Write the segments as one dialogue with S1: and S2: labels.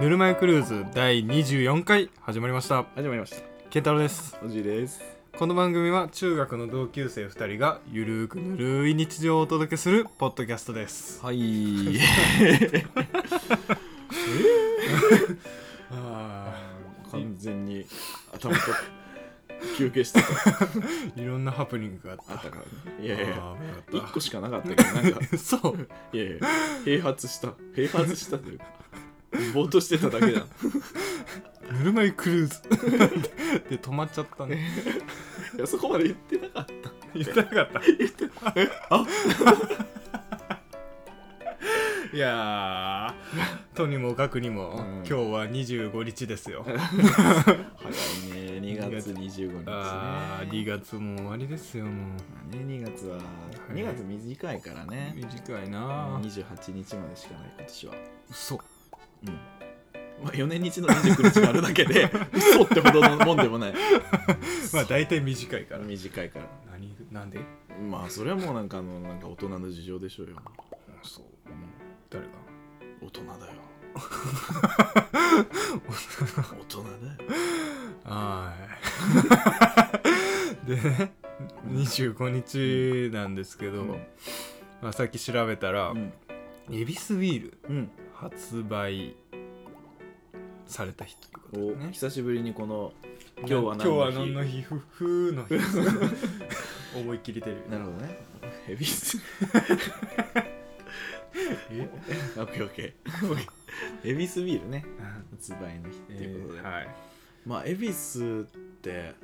S1: ぬるま湯クルーズ第24回始まりました
S2: 始まりました
S1: 健太郎です
S2: おじいです
S1: この番組は中学の同級生2人がゆるーくぬるい日常をお届けするポッドキャストです
S2: はいあー完全に頭と休憩してた
S1: いろんなハプニングがあ
S2: あ
S1: っ
S2: ったた
S1: か
S2: からいやいや
S1: あー危な
S2: 一
S1: か
S2: 個しかなかったけどなんか
S1: ったそう
S2: いやいや併発した併発したというかぼーっとしてただけだ
S1: ぬるま湯クルーズ で止まっちゃったね
S2: いやそこまで言ってなかった
S1: 言ってなかったいやー とにもかくにも、
S2: うん
S1: 今日は25日ですよ
S2: 早いね2月
S1: あー
S2: 25日ね
S1: 2月も終わりですよもう
S2: ね2月は2月短いからね
S1: 短いなぁ
S2: 28日までしかない今年は
S1: 嘘
S2: うんまあ4年日の29日があるだけで 嘘ってほどのもんでもない
S1: まあ大体短いから
S2: 短いから
S1: 何なんで
S2: まあそれはもうなんかあのなんか大人の事情でしょうよ、
S1: そう
S2: うん
S1: 誰が
S2: 大人だ よ大人だよ
S1: はーい でね25日なんですけど、
S2: うん
S1: まあ、さっき調べたら
S2: うん
S1: 「エビスビール
S2: うん」
S1: 発売された日ということで
S2: お
S1: ね
S2: 久しぶりにこの今日は
S1: 今日は
S2: 何
S1: 何
S2: の
S1: の
S2: 日
S1: 日ふふーの日 思いっきり出る
S2: なるほどねヘビー ス
S1: え
S2: オッケーオッケ ーエビスビールね発売の日って
S1: え
S2: いうことで、
S1: ーはい
S2: まあ恵比寿って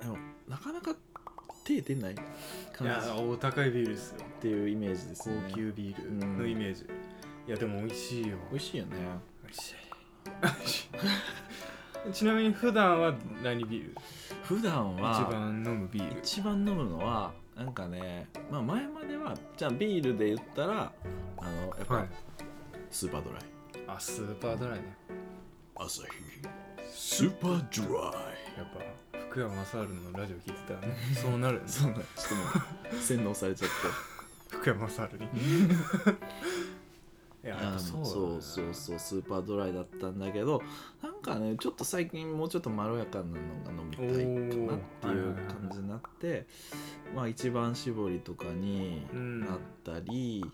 S2: でもなかなか手出ない
S1: い
S2: 感じ
S1: やお高いビールですよ
S2: っていうイメージです
S1: 高
S2: ね
S1: 級ビールのイメージ、いやでも美味しいよ
S2: 美味しいよね
S1: 美味しい ちなみに普段は何ビール
S2: 普段
S1: 一
S2: は
S1: 番飲むビール
S2: 一番飲むのはなんかね、まあ、前まではじゃあビールで言ったらあのやっぱスーパードライ、
S1: あスーパードライね
S2: 朝日スーパードライ
S1: やっぱ福山雅治のラジオ聞いてたら ねそうなるんです
S2: そんなちょっともう洗脳されち ゃって
S1: 福山雅治にいややっぱそうだね
S2: そうそうそうスーパードライだったんだけどなんかねちょっと最近もうちょっとまろやかなのが飲みたいかなっていう感じになってまあ一番搾りとかに
S1: うん
S2: なったり、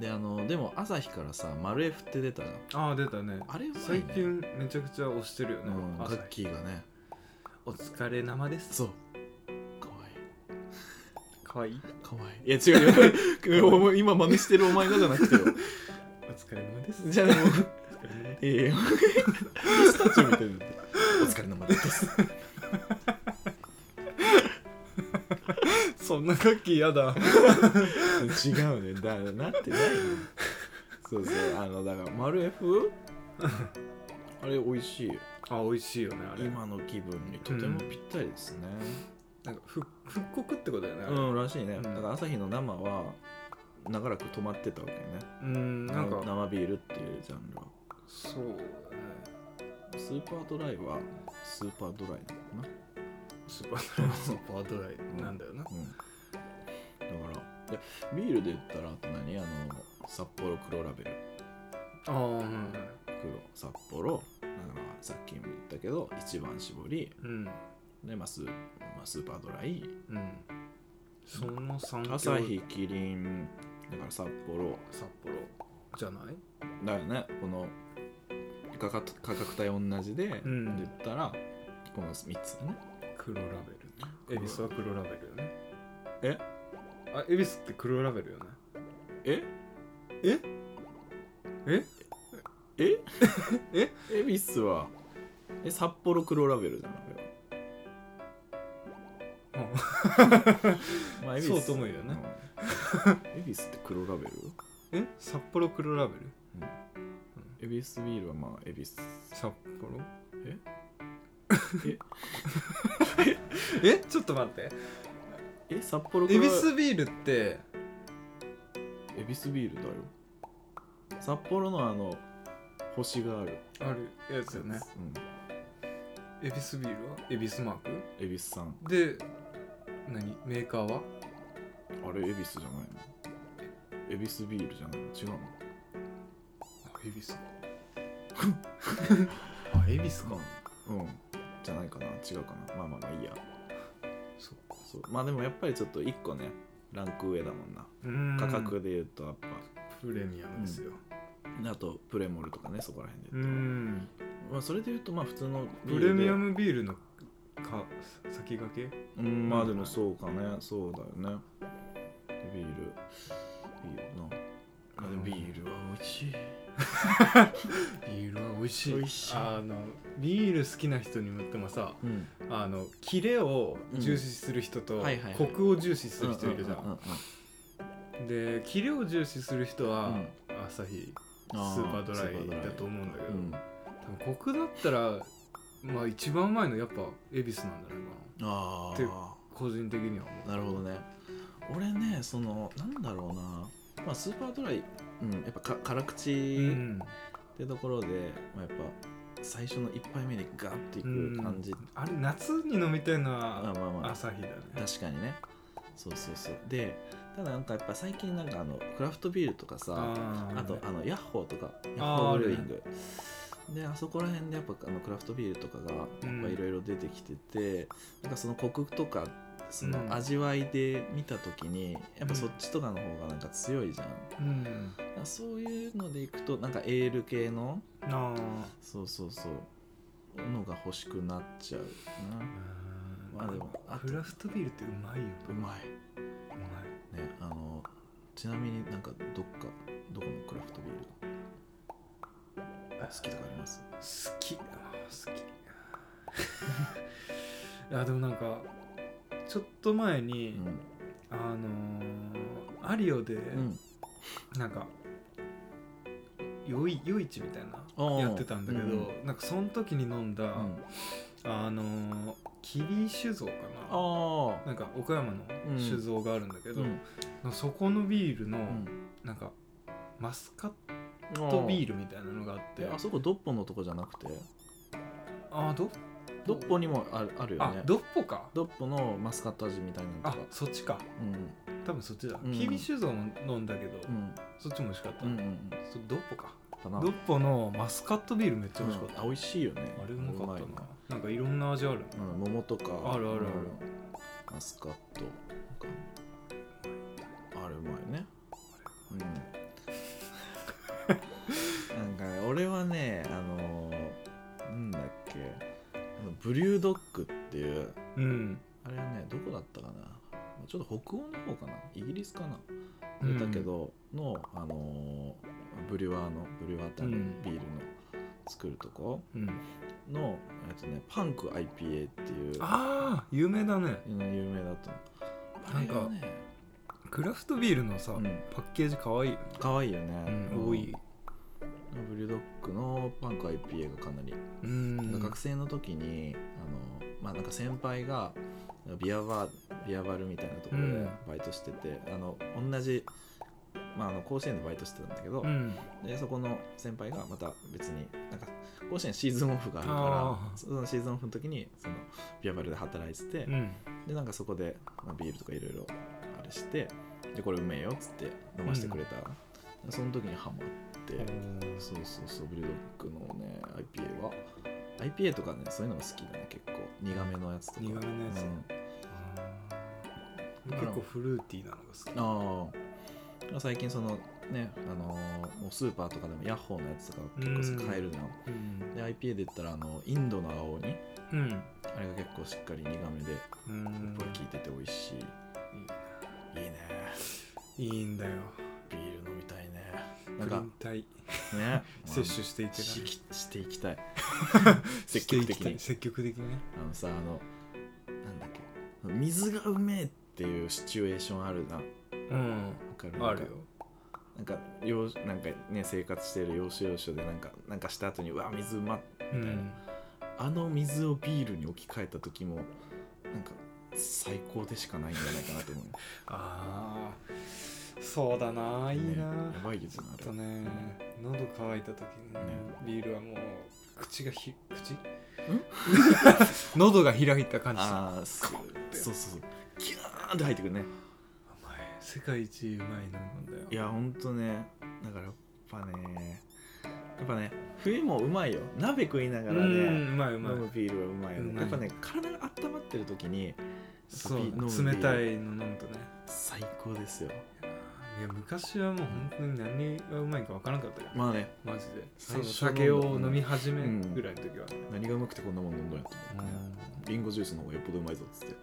S2: であのでも朝日からさ「マルエフ」って出たじゃん
S1: ああ出たね
S2: あれうまいね
S1: 最近めちゃくちゃ推してるよ
S2: う
S1: ね、
S2: んガ
S1: 朝
S2: ッ
S1: 日
S2: キーがね
S1: お疲れ生です
S2: そうかわいい
S1: かわいい
S2: かわいいいや違う よお前今真似してるお前がじゃなくてよ
S1: お疲れ様です
S2: じゃあでも
S1: お疲れ様です
S2: いやいやピスタチオみたいになってお疲れ様です
S1: そんな楽器嫌だ
S2: 違うねだなってないよそうそうあのだから丸 F あれ美味しい
S1: あ美味しいよねあれ
S2: 今の気分にとてもぴったりですね
S1: なんかふ復刻ってことだよねあ
S2: う
S1: れ
S2: ん、らしいね、
S1: うん
S2: だから朝日の生は長らく止まってたわけね
S1: うんなん
S2: 生
S1: か
S2: 生ビールっていうジャンルは
S1: そうだね
S2: スーパードライはスーパードライなのか
S1: スーパードライスーパードライなんだよな
S2: なうんだからでビールで言ったらあと何あの札幌黒ラベル
S1: ああうん
S2: 黒札幌だからさっきも言ったけど一番搾り
S1: うん
S2: で、まあスーまあ、スーパードライ
S1: うんその3強
S2: 朝日キリンだから札幌
S1: 札幌じゃない
S2: だよねこの価格価格帯同じで、
S1: うん
S2: 言ったらこの3つだね
S1: 黒ラベル
S2: 黒
S1: 恵比寿は黒ラベルよね
S2: え
S1: あ恵比寿って黒ラベルよね
S2: え
S1: ええ
S2: え
S1: え
S2: 恵比寿はえ札幌黒ラベルじゃなくて まあ恵比寿
S1: そうと思うよね
S2: うん恵比寿って黒ラベル
S1: え札幌黒ラベル
S2: 恵比寿ビールはまあ恵比寿
S1: 札幌
S2: え
S1: えちょっと待って
S2: え札幌
S1: 恵
S2: 黒
S1: 比寿ビールって
S2: 恵比寿ビールだよ札幌のあの星がある
S1: あるやつよね
S2: うん
S1: 恵比寿ビールは恵比寿マーク
S2: 恵比寿さん
S1: で何メーカーは
S2: あれ恵比寿じゃないの恵比寿ビールじゃないの違うの
S1: 恵比寿あ恵比寿か
S2: うんじゃないかな違うかなまあまあまあいいや
S1: そっか
S2: そうまあでもやっぱりちょっと1個ねランク上だもんな
S1: うん
S2: 価格で言うとやっ
S1: プレミアムですよ
S2: ぱあとプレモルとかねそこら辺で
S1: う
S2: 言うと、
S1: ん
S2: まあ、それで言うとまあ普通のビー
S1: プ
S2: ルで
S1: レミアムビールのか先駆け
S2: うんまあでもそうかねそうだよねビールビールなあでもビールは美 味しい
S1: ビールは美味しい
S2: 美味しい
S1: あのビール好きな人に向ってもさ
S2: うん
S1: あのキレを重視する人と、
S2: うんはいはいはい
S1: コクを重視する人いるじゃん,、
S2: うんうんうん
S1: でキレを重視する人は、
S2: うん
S1: 朝日ス
S2: あ
S1: ーパードラ
S2: スーパー
S1: イだと思うんだけど、
S2: うん
S1: 多分コクだったらまあ一番うまいのやっぱ恵比寿なんだろう
S2: あ
S1: って
S2: あ
S1: な個人的には思
S2: なるほどね俺ねそのなんだろうな、まあ、スーパードライ、うん、やっぱか辛口
S1: う、うん
S2: ってところで、まあ、やっぱ最初の1杯目でガッていく感じ、
S1: あれ夏に飲みたいの
S2: まあ
S1: は
S2: まあまあ
S1: 朝日だね
S2: 確かにねそうそうそうでただなんかやっぱ最近なんかあのクラフトビールとかさ
S1: あー
S2: あとあのヤッホーとかヤッ
S1: あー
S2: ホーブルーイングであそこら辺でやっぱあのクラフトビールとかがやっぱいろいろ出てきてて、なんかそのコクとかその味わいで見た時に、やっぱそっちとかの方がなんか強いじゃん、
S1: うん
S2: だからそういうのでいくとなんかエール系の
S1: あ
S2: そうそうそうのが欲しくなっちゃうなまあでもあ
S1: あ
S2: と
S1: クラフトビールってうまいよ
S2: うま
S1: うま
S2: いねあのちなみになんかどっかどこのクラフトビールが好きとかあります
S1: い好きあー 好きいやでもなんかちょっと前
S2: う
S1: に、
S2: ん
S1: あのーアリオで、
S2: うん
S1: なんかよい夜市みたい
S2: あー
S1: なやってたんだけど、
S2: うん
S1: なんかその時に飲んだ、
S2: うん
S1: あのーキリ酒造か
S2: あ
S1: な
S2: ー
S1: なんか岡山の
S2: うん
S1: 酒造があるんだけど、
S2: うん
S1: そこのビールの、
S2: うん
S1: なんかマスカッ
S2: あ
S1: トビ
S2: ー
S1: ールみたいなのがあって
S2: であそこドッポのとこじゃなくて
S1: あーど
S2: ドッポにもあるあるよ
S1: あ
S2: ね
S1: ドッポか
S2: ドッポのマスカット味みたいなのと
S1: あ
S2: か
S1: そっちか
S2: うん
S1: 多分そっちだ、
S2: うん
S1: キリ酒造も飲んだけど、
S2: うん
S1: そっちも美味しかった、
S2: うんうんうんか
S1: そドッポか
S2: な
S1: ドッポのマスカットビールめっちゃ
S2: う
S1: 美
S2: ん
S1: 味しかった、
S2: あ美味しいよね
S1: あれうまかった
S2: い
S1: ななんかいろんな味あるね
S2: うん、桃とか
S1: あるあるある
S2: うんマスカットとかあれうまいねうん なんかね俺はねあのーなんだっけあのブリュードッグっていう
S1: うん
S2: あれはねどこだったかなちょっと北欧の方かなイギリスかな、
S1: うん
S2: だけどの、あのーブリュワーのブリュワーってあの
S1: うん
S2: ビールの作るとこ
S1: うん
S2: の、えっとね、パンク IPA っていう
S1: ああ有名だね
S2: 有名だと思う
S1: なんか
S2: あれがね
S1: クラフトビールのさ、
S2: うん
S1: パッケージかわいいよね、
S2: 可愛いよね、
S1: うん、多い
S2: ブリュードッグのパンク IPA がかなり、
S1: うん
S2: 学生の時にあのまあなんか先輩がビアバービアバルみたいなところ
S1: うん
S2: でバイトしてて、あの同じまあ、あの甲子園でバイトしてたんだけど、
S1: うん
S2: でそこの先輩がまた別になんか甲子園シーズンオフがあるか
S1: あー
S2: らそのシーズンオフの時にそのビアバルで働いてて、
S1: うん
S2: でなんかそこで、まあ、ビールとかいろいろあれしてでこれうめえよっつって飲ませてくれた、その時にハマって、そうそうそうブリュードッグのね IPA は IPA とかねそういうのが好きだね結構苦めのやつとか
S1: 苦めのやつ
S2: うん
S1: 結構フルーティーなのが好き
S2: ああ最近そのねあのーもうスーパーとかでもヤッホーのやつとか結構買えるじゃん、
S1: うん
S2: で IPA で言ったらあのインドの青鬼
S1: うん
S2: あれが結構しっかり苦めでやっ
S1: うん
S2: ぱり効いてて美味しい、いいね
S1: いいんだよ
S2: ビール飲みたいねな
S1: プ
S2: んか
S1: リン体
S2: ね
S1: 摂取していけ
S2: し
S1: ない
S2: きしていきたい積
S1: していき
S2: 極的
S1: たい
S2: に
S1: 積極的にね
S2: あのさあのなんだっけ水がうめえっていうシチュエーションあるなわ
S1: うん
S2: かる
S1: あるよ
S2: なんかようなんかね生活してる要所要所でなんかなんかした後にうわ水うまっ
S1: う
S2: みたい
S1: ん
S2: なあの水をビールに置き換えた時もなんか最高でしかないんじゃないかなと思う
S1: ああそうだないいな、
S2: ねやばいよね
S1: ちょっ
S2: あれ
S1: とね喉乾いた時に、ね
S2: ね
S1: ビールはもう口がひ口 喉が開いた感じさ
S2: ああそうそうそうギャーンって入ってくるね
S1: お前世界一うまい飲み物だよ
S2: いやほんとねだからやっぱねっぱね冬もうまいよ鍋食いながらね、
S1: うんうまいう
S2: 飲
S1: まい
S2: むビールはうまいよ
S1: うま
S2: ね
S1: い
S2: やっぱね体が温まってる時に
S1: そう
S2: ビール飲むビール
S1: 冷たいの飲むとね
S2: 最高ですよ
S1: いや昔はもう本当に何がうまいか分からなかったよ、
S2: まあね
S1: マジでそ
S2: 最
S1: の
S2: 初
S1: 酒を飲み始めぐらいの時は、
S2: 何がうまくてこんなもん飲んだんやと思ってねリンゴジュースの方がよっぽどうまいぞっつって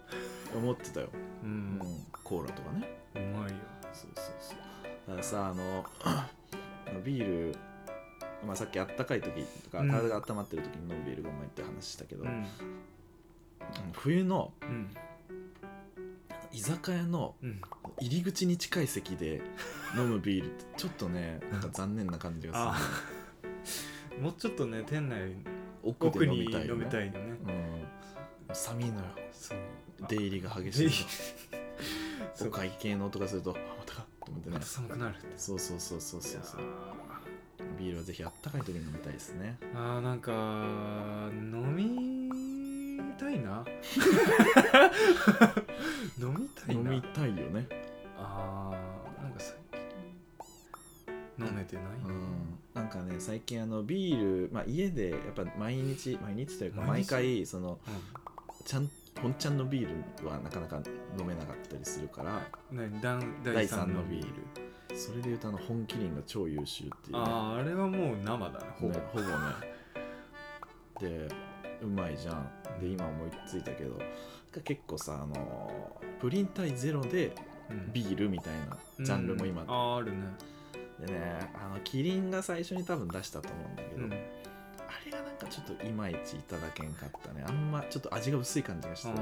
S2: 思ってたよ、
S1: うん
S2: うんコーラとかね
S1: うまいよ
S2: そうそうそうたださあの ビール、まあ、さっきあったかい時とか
S1: うん
S2: 体が温まってる時に飲むビールがうまいって話したけど、
S1: うん
S2: 冬の
S1: うん
S2: 居酒屋の
S1: うん
S2: 入り口に近い席で飲むビールってちょっとねなんか残念な感じがす
S1: ああ もうちょっとね店内
S2: る奥
S1: 奥
S2: で
S1: に
S2: 飲みたいよ
S1: 飲みた
S2: ね、
S1: いのね
S2: うん、寒いのよ
S1: そう
S2: 出入りが激しい
S1: あそ
S2: のお
S1: うか
S2: 会計の音がするとあまたかと思って
S1: ま
S2: ね
S1: た寒くなるって
S2: そうそうそうそうそうそう
S1: あ
S2: ビールはぜひあったかい時に飲みたいですね
S1: ーあーなんか飲みたいな 飲みたい
S2: 飲
S1: な
S2: みたいよね
S1: あーなんか最近飲めてないな
S2: うんなんかね最近あのビール、まあ、家でやっぱ毎日毎日というか
S1: 毎
S2: 毎
S1: 日
S2: 回そのちゃん本ちゃんのビールはなかなか飲めなかったりするから
S1: 何だん
S2: 第
S1: 第
S2: 3
S1: 三の
S2: のビールそれで言うとあの本麒麟が超優秀っていうね
S1: あああれはもう生だねほぼ、
S2: ねほぼねでうまいじゃんで
S1: うん
S2: 今思いついたけど結構さあのプリン体ゼロで
S1: うん
S2: ビールみたいなジャンルも今
S1: うんあーあるね
S2: でねあのキリンが最初に多分出したと思うんだけ
S1: う
S2: ど、
S1: ん
S2: あれがなんかちょっといまいちいただけんかったねあんまちょっと味が薄い感じがして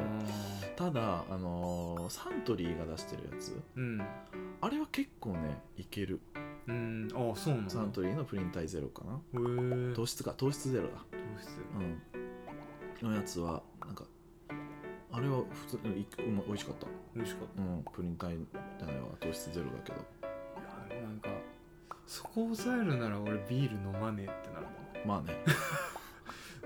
S2: ただあのーサントリーが出してるやつ
S1: うん
S2: あれは結構ねいける
S1: うんああそうなんだ
S2: サントリーのプリン体ゼロかな
S1: へー
S2: 糖質か糖質ゼロだ
S1: 糖質
S2: うんのやつはなんかあれは普通にうん美味しかった
S1: 美味しかっ
S2: うんプリン体じゃないわ糖質ゼロだけど
S1: たいやなんかそこ抑えるなら俺ビール飲まねえってなる
S2: まあね、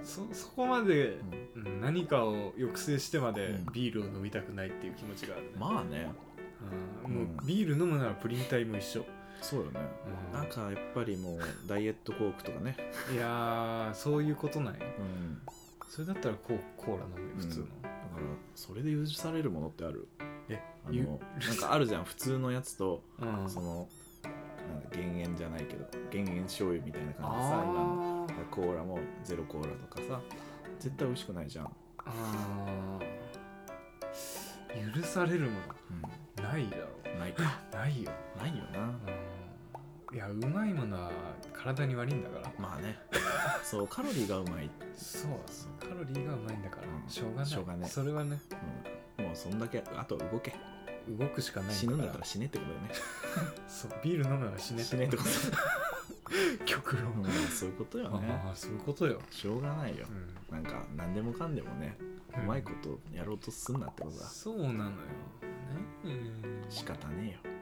S1: そそこまで
S2: う、ん
S1: うん、何かを抑制してまで
S2: うん
S1: ビールを飲みたくないっていう気持ちがあるね、
S2: まあね
S1: うんもう
S2: うん
S1: ビール飲むならプリン体も一緒、
S2: そうよね
S1: うん
S2: なんかやっぱりもうダイエットコークとかね、
S1: いやーそういうことなんや
S2: うん、だか
S1: それだったらココーラ飲むよ普通の、
S2: うんらそれで許されるものってある
S1: え
S2: あ
S1: ゆ
S2: のなんかあるじゃん普通のやつと
S1: うん
S2: そのなんか減塩じゃないけど減塩醤油みたいな感じでさ今
S1: あー
S2: コーラもゼロコーラとかさ絶対美味しくないじゃん、
S1: あー許されるも
S2: う
S1: のないだろ
S2: ん、ないか
S1: ないよ、
S2: ないよな
S1: うん、いやうまいものは体に悪いんだから
S2: ま あねそうカロリーがうまい、
S1: そうそうカロリーがうまいんだから、
S2: うん
S1: しょうがない
S2: しょうがない
S1: それはね
S2: うん、もうそんだけあとは動け
S1: 動くしかない
S2: 死
S1: ん
S2: ぬ
S1: だ
S2: ん
S1: から
S2: だったら死ねってことだよね
S1: そうビール飲むなら死ね
S2: 死ねっ てこと
S1: 曲
S2: だよ、
S1: 論
S2: うんそういうことよね
S1: ああそういうことよ、
S2: しょうがないよ
S1: うん
S2: なんか何でもかんでもね、うまいことやろうとすんなってことだ
S1: そうなのよ、ねうん
S2: 仕方ねえよ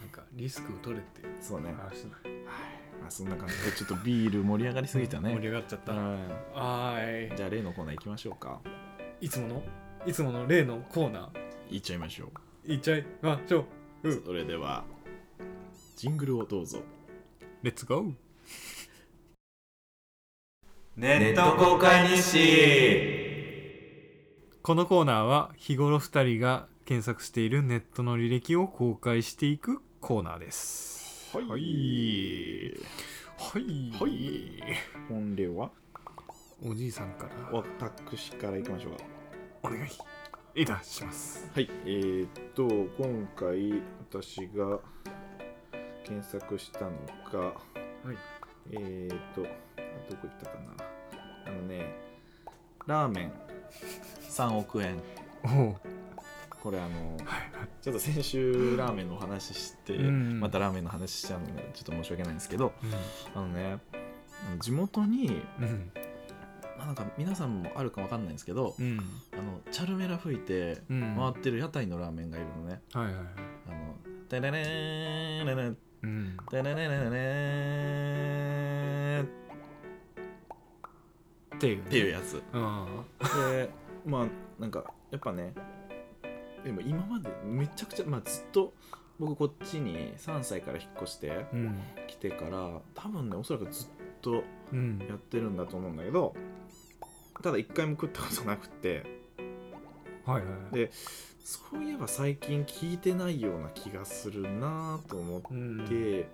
S1: なんかリスクを取れっていう
S2: そうね、はい
S1: 話だ
S2: まあ、そんな感じでちょっとビール盛り上がりすぎたね
S1: 盛り上がっちゃった、
S2: は
S1: はい
S2: じゃあ例のコーナー行きましょうか
S1: いつものいつもの例のコーナ
S2: 行っちゃいましょう
S1: ーいっちゃいましょう
S2: それではジングルをどうぞ
S1: レッツゴー
S2: ネット公開日誌
S1: このコーナーは日頃2人が検索しているネットの履歴を公開していくコーナーです
S2: はい
S1: はいはい、
S2: はい本領は
S1: おじいさんから
S2: 私から行きましょうか
S1: お願いいたします
S2: はいえー、っと今回私が検索したのが
S1: はい
S2: えー、っとあどこ行ったかなあのねラーメン3億円
S1: おお
S2: これあの
S1: はいはい
S2: ちょっと先週ラーメンのお話しして、
S1: うん
S2: またラーメンの話しちゃうのでちょっと申し訳ないんですけど
S1: う
S2: あのね地元に、
S1: んうん
S2: まあ、なんか皆さんもあるかわかんないんですけど、
S1: うん
S2: あのチャルメラ吹いて
S1: うん
S2: 回ってる屋台のラーメンがいるのね、
S1: はいはいはい
S2: あの「ダラレーンララ
S1: うん
S2: ダラレーンララーン」っ
S1: っていう
S2: ていうやつ
S1: あ
S2: でまあなんかやっぱねでも今までめちゃくちゃ、まあ、ずっと僕こっちに3歳から引っ越して
S1: あうん
S2: 来てから多分ねおそらくずっと
S1: うん
S2: やってるんだと思うんだけどただ一回も食ったことなくて
S1: はいはい
S2: でそういえば最近聞いてないような気がするなと思っ
S1: うん
S2: て、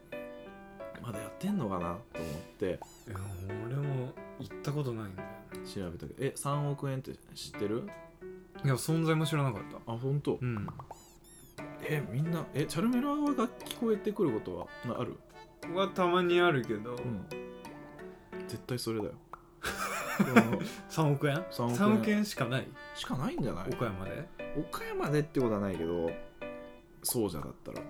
S2: まだやってんのかなと思って
S1: いや俺も行ったことないんだよね
S2: 調べたけどえ3億円って知ってる
S1: いや存在も知らなかった
S2: あ本当、
S1: うん
S2: えみんなえチャルメラが聞こえてくることはなある、
S1: はたまにあるけど、
S2: 絶対それだよ うん
S1: 3億円
S2: 3億円
S1: 3億円しかない
S2: しかないんじゃない
S1: 岡山で
S2: 岡山でってことはないけどそうじゃだったら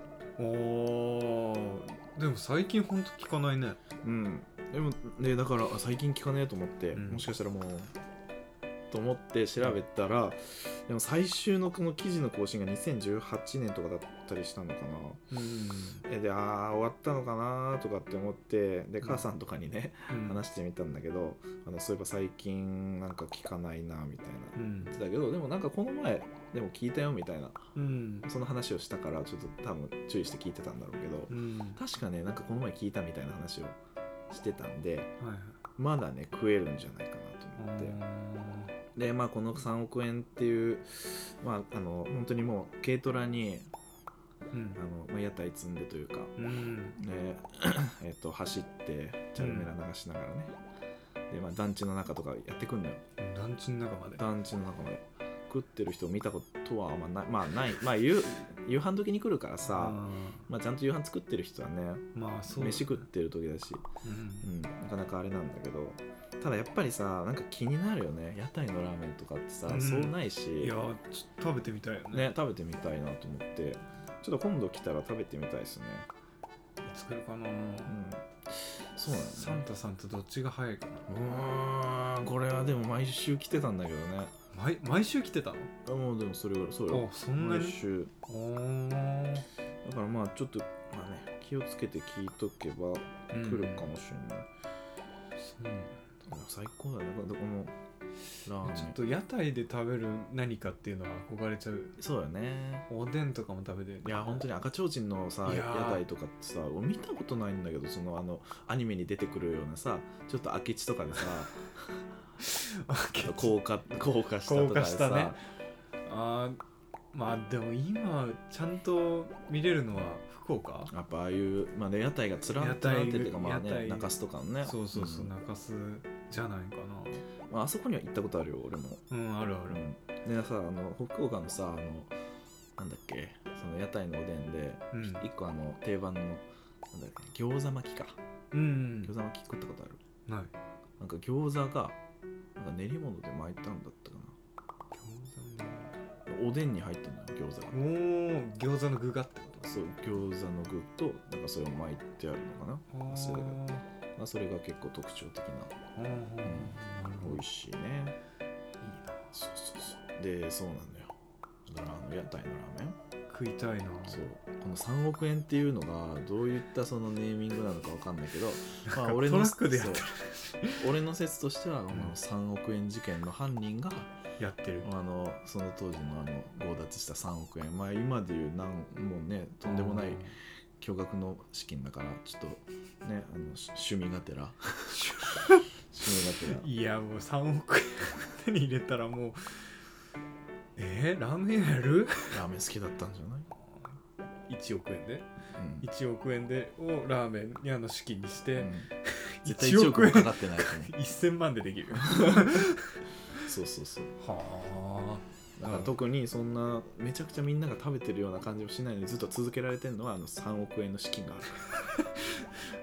S1: おーでも最近ほんと聞かないね
S2: うんでもねだからあ最近聞かねえと思って、
S1: うん
S2: もしかしたらもうと思って調べたらでも最終のこの記事の更新が2018年とかだったりしたのかな
S1: うん
S2: えでああ終わったのかなとかって思ってで母さんとかにね、話
S1: し
S2: してみたんだけどあのそういえば最近なんか聞かないなみたいな
S1: うん
S2: 言ってたけどでもなんかこの前でも聞いたよみたいな
S1: うん
S2: その話をしたからちょっと多分注意して聞いてたんだろうけど、
S1: うんは
S2: 確かねなんかこの前聞いたみたいな話をしてたんで
S1: いはい
S2: まだね食えるんじゃないかなと思ってでまあこの3億円っていうまああの本当にもう軽トラに
S1: うん
S2: あの、まあ、屋台積んでというか、
S1: うん
S2: えーえっと走ってチャルメラ流しながらね、でまあ、団地の中とかやってくんのよ
S1: 団地の中まで
S2: 団地の中まで食ってる人を見たことはあんまないまあないまあ夕夕飯時に来るからさ、まあ、ちゃんと夕飯作ってる人はね
S1: ーまあそうだね
S2: 飯食ってる時だし
S1: う
S2: うんん、なかなかあれなんだけどただやっぱりさなんか気になるよね屋台のラーメンとかってさ、
S1: うん
S2: そうないし
S1: いやーちょっと食べてみたいよね
S2: ね、食べてみたいなと思ってちょっと今度来たら食べてみたいですね、
S1: 作るかな
S2: うん、そうなんです
S1: サンタさんとどっちが早いかな
S2: うーんこれはでも毎週来てたんだけどね
S1: 毎毎週来てたの
S2: あもうでもそれぐらいそれ
S1: あそんな
S2: 毎
S1: に
S2: 週
S1: おー
S2: だからまあちょっと、まあね、気をつけて聞いとけば来るかもしれない、
S1: そうなんだ
S2: 最高だねだからこのラーメン
S1: ちょっと屋台で食べる何かっていうのは憧れちゃう
S2: そうだね
S1: おでんとかも食べてる
S2: いや本当に赤ちょうちんのさ
S1: いやー
S2: 屋台とかってさ俺見たことないんだけどそのあのアニメに出てくるようなさちょっと空き地とかでさ
S1: あ
S2: 高架高架下と
S1: 高
S2: か
S1: 架
S2: で
S1: 下
S2: さ、
S1: ねあーまあでも今ちゃんと見れるのは福岡
S2: やっぱああいう、まあね、屋台が連なって
S1: 屋台
S2: 連なってるっていうかまあ
S1: 屋
S2: ね
S1: 台
S2: 中洲とかのね
S1: そうそうそう、
S2: ん
S1: 中洲じゃないか
S2: まあ、あそこには行ったことあるよ俺も、
S1: なうんあるあ
S2: う
S1: る
S2: ん、でさあの北欧のさあのなんだっけその屋台のおでんで
S1: うん
S2: 一個あの定番のなんだっけ餃子巻きか
S1: うん、
S2: 餃子巻き食ったことある
S1: ない
S2: なんか餃子がなんか練り物で巻いたんだったかなおでんに入ってるのよ餃子が
S1: 餃子のおー餃子の具がってこ
S2: そう餃子の具となんかそれを巻いてあるのか
S1: と
S2: なそうだよ
S1: あー
S2: まあそれが結構特徴的な
S1: あーなるほどい
S2: 美
S1: い
S2: 味しいねそうそうそうでそうなんだよだからあの屋台のラーメン
S1: な食いたいな
S2: そうこの3億円っていうのがどういったそのネーミングなのかわか んないけど、ま
S1: なんか
S2: 俺
S1: ト
S2: の
S1: ラックでやってる
S2: そう俺の説としては、この3億円事件の犯人が
S1: やってる
S2: あのその当時のあの強奪した3億円、まあ、今でいうなんもうねとんでもない巨額の資金だからちょっとねあのし趣味がて ら趣味がて
S1: いやもう3億円手に入れたらもうえー、ラーメンやる
S2: らラーメン好きだったんじゃない、
S1: 1億円で
S2: うん
S1: 1億円でをラーメン屋の資金にして、
S2: うん絶対
S1: 1億
S2: 1億円
S1: 円
S2: かかってないと思
S1: 1000万でできる
S2: うそうそうそう
S1: は
S2: だから特にそんなめちゃくちゃみんなが食べてるような感じもしないのにずっと続けられてるのはあの3億円の資金があるか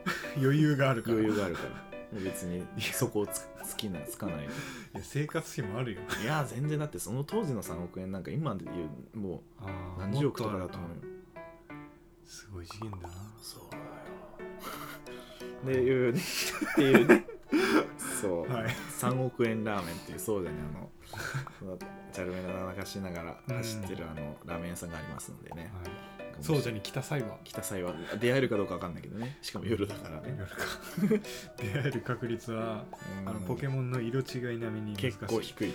S1: あ余裕があるからら
S2: 余
S1: い
S2: 裕があるからもう別にそこをつつきなつかない
S1: や生活費もあるよ
S2: いや全然だってその当時の3億円なんか今で言うもう何十億とかだと思うよ
S1: すごい資金だな
S2: そうだよでいうねっていうね そう、
S1: はい
S2: 3億円ラーメンっていうそうだねあのそのチャルメラ流しながら走ってるあのラーメン屋さんがありますのでね、
S1: そうじ
S2: ゃ
S1: ゃに来た際は
S2: 来た際は出会えるかどうかわかんないけどねしかも夜だからね、
S1: 出会える確率は
S2: うん
S1: あのポケモンの色違い並みに難しい
S2: 結構低い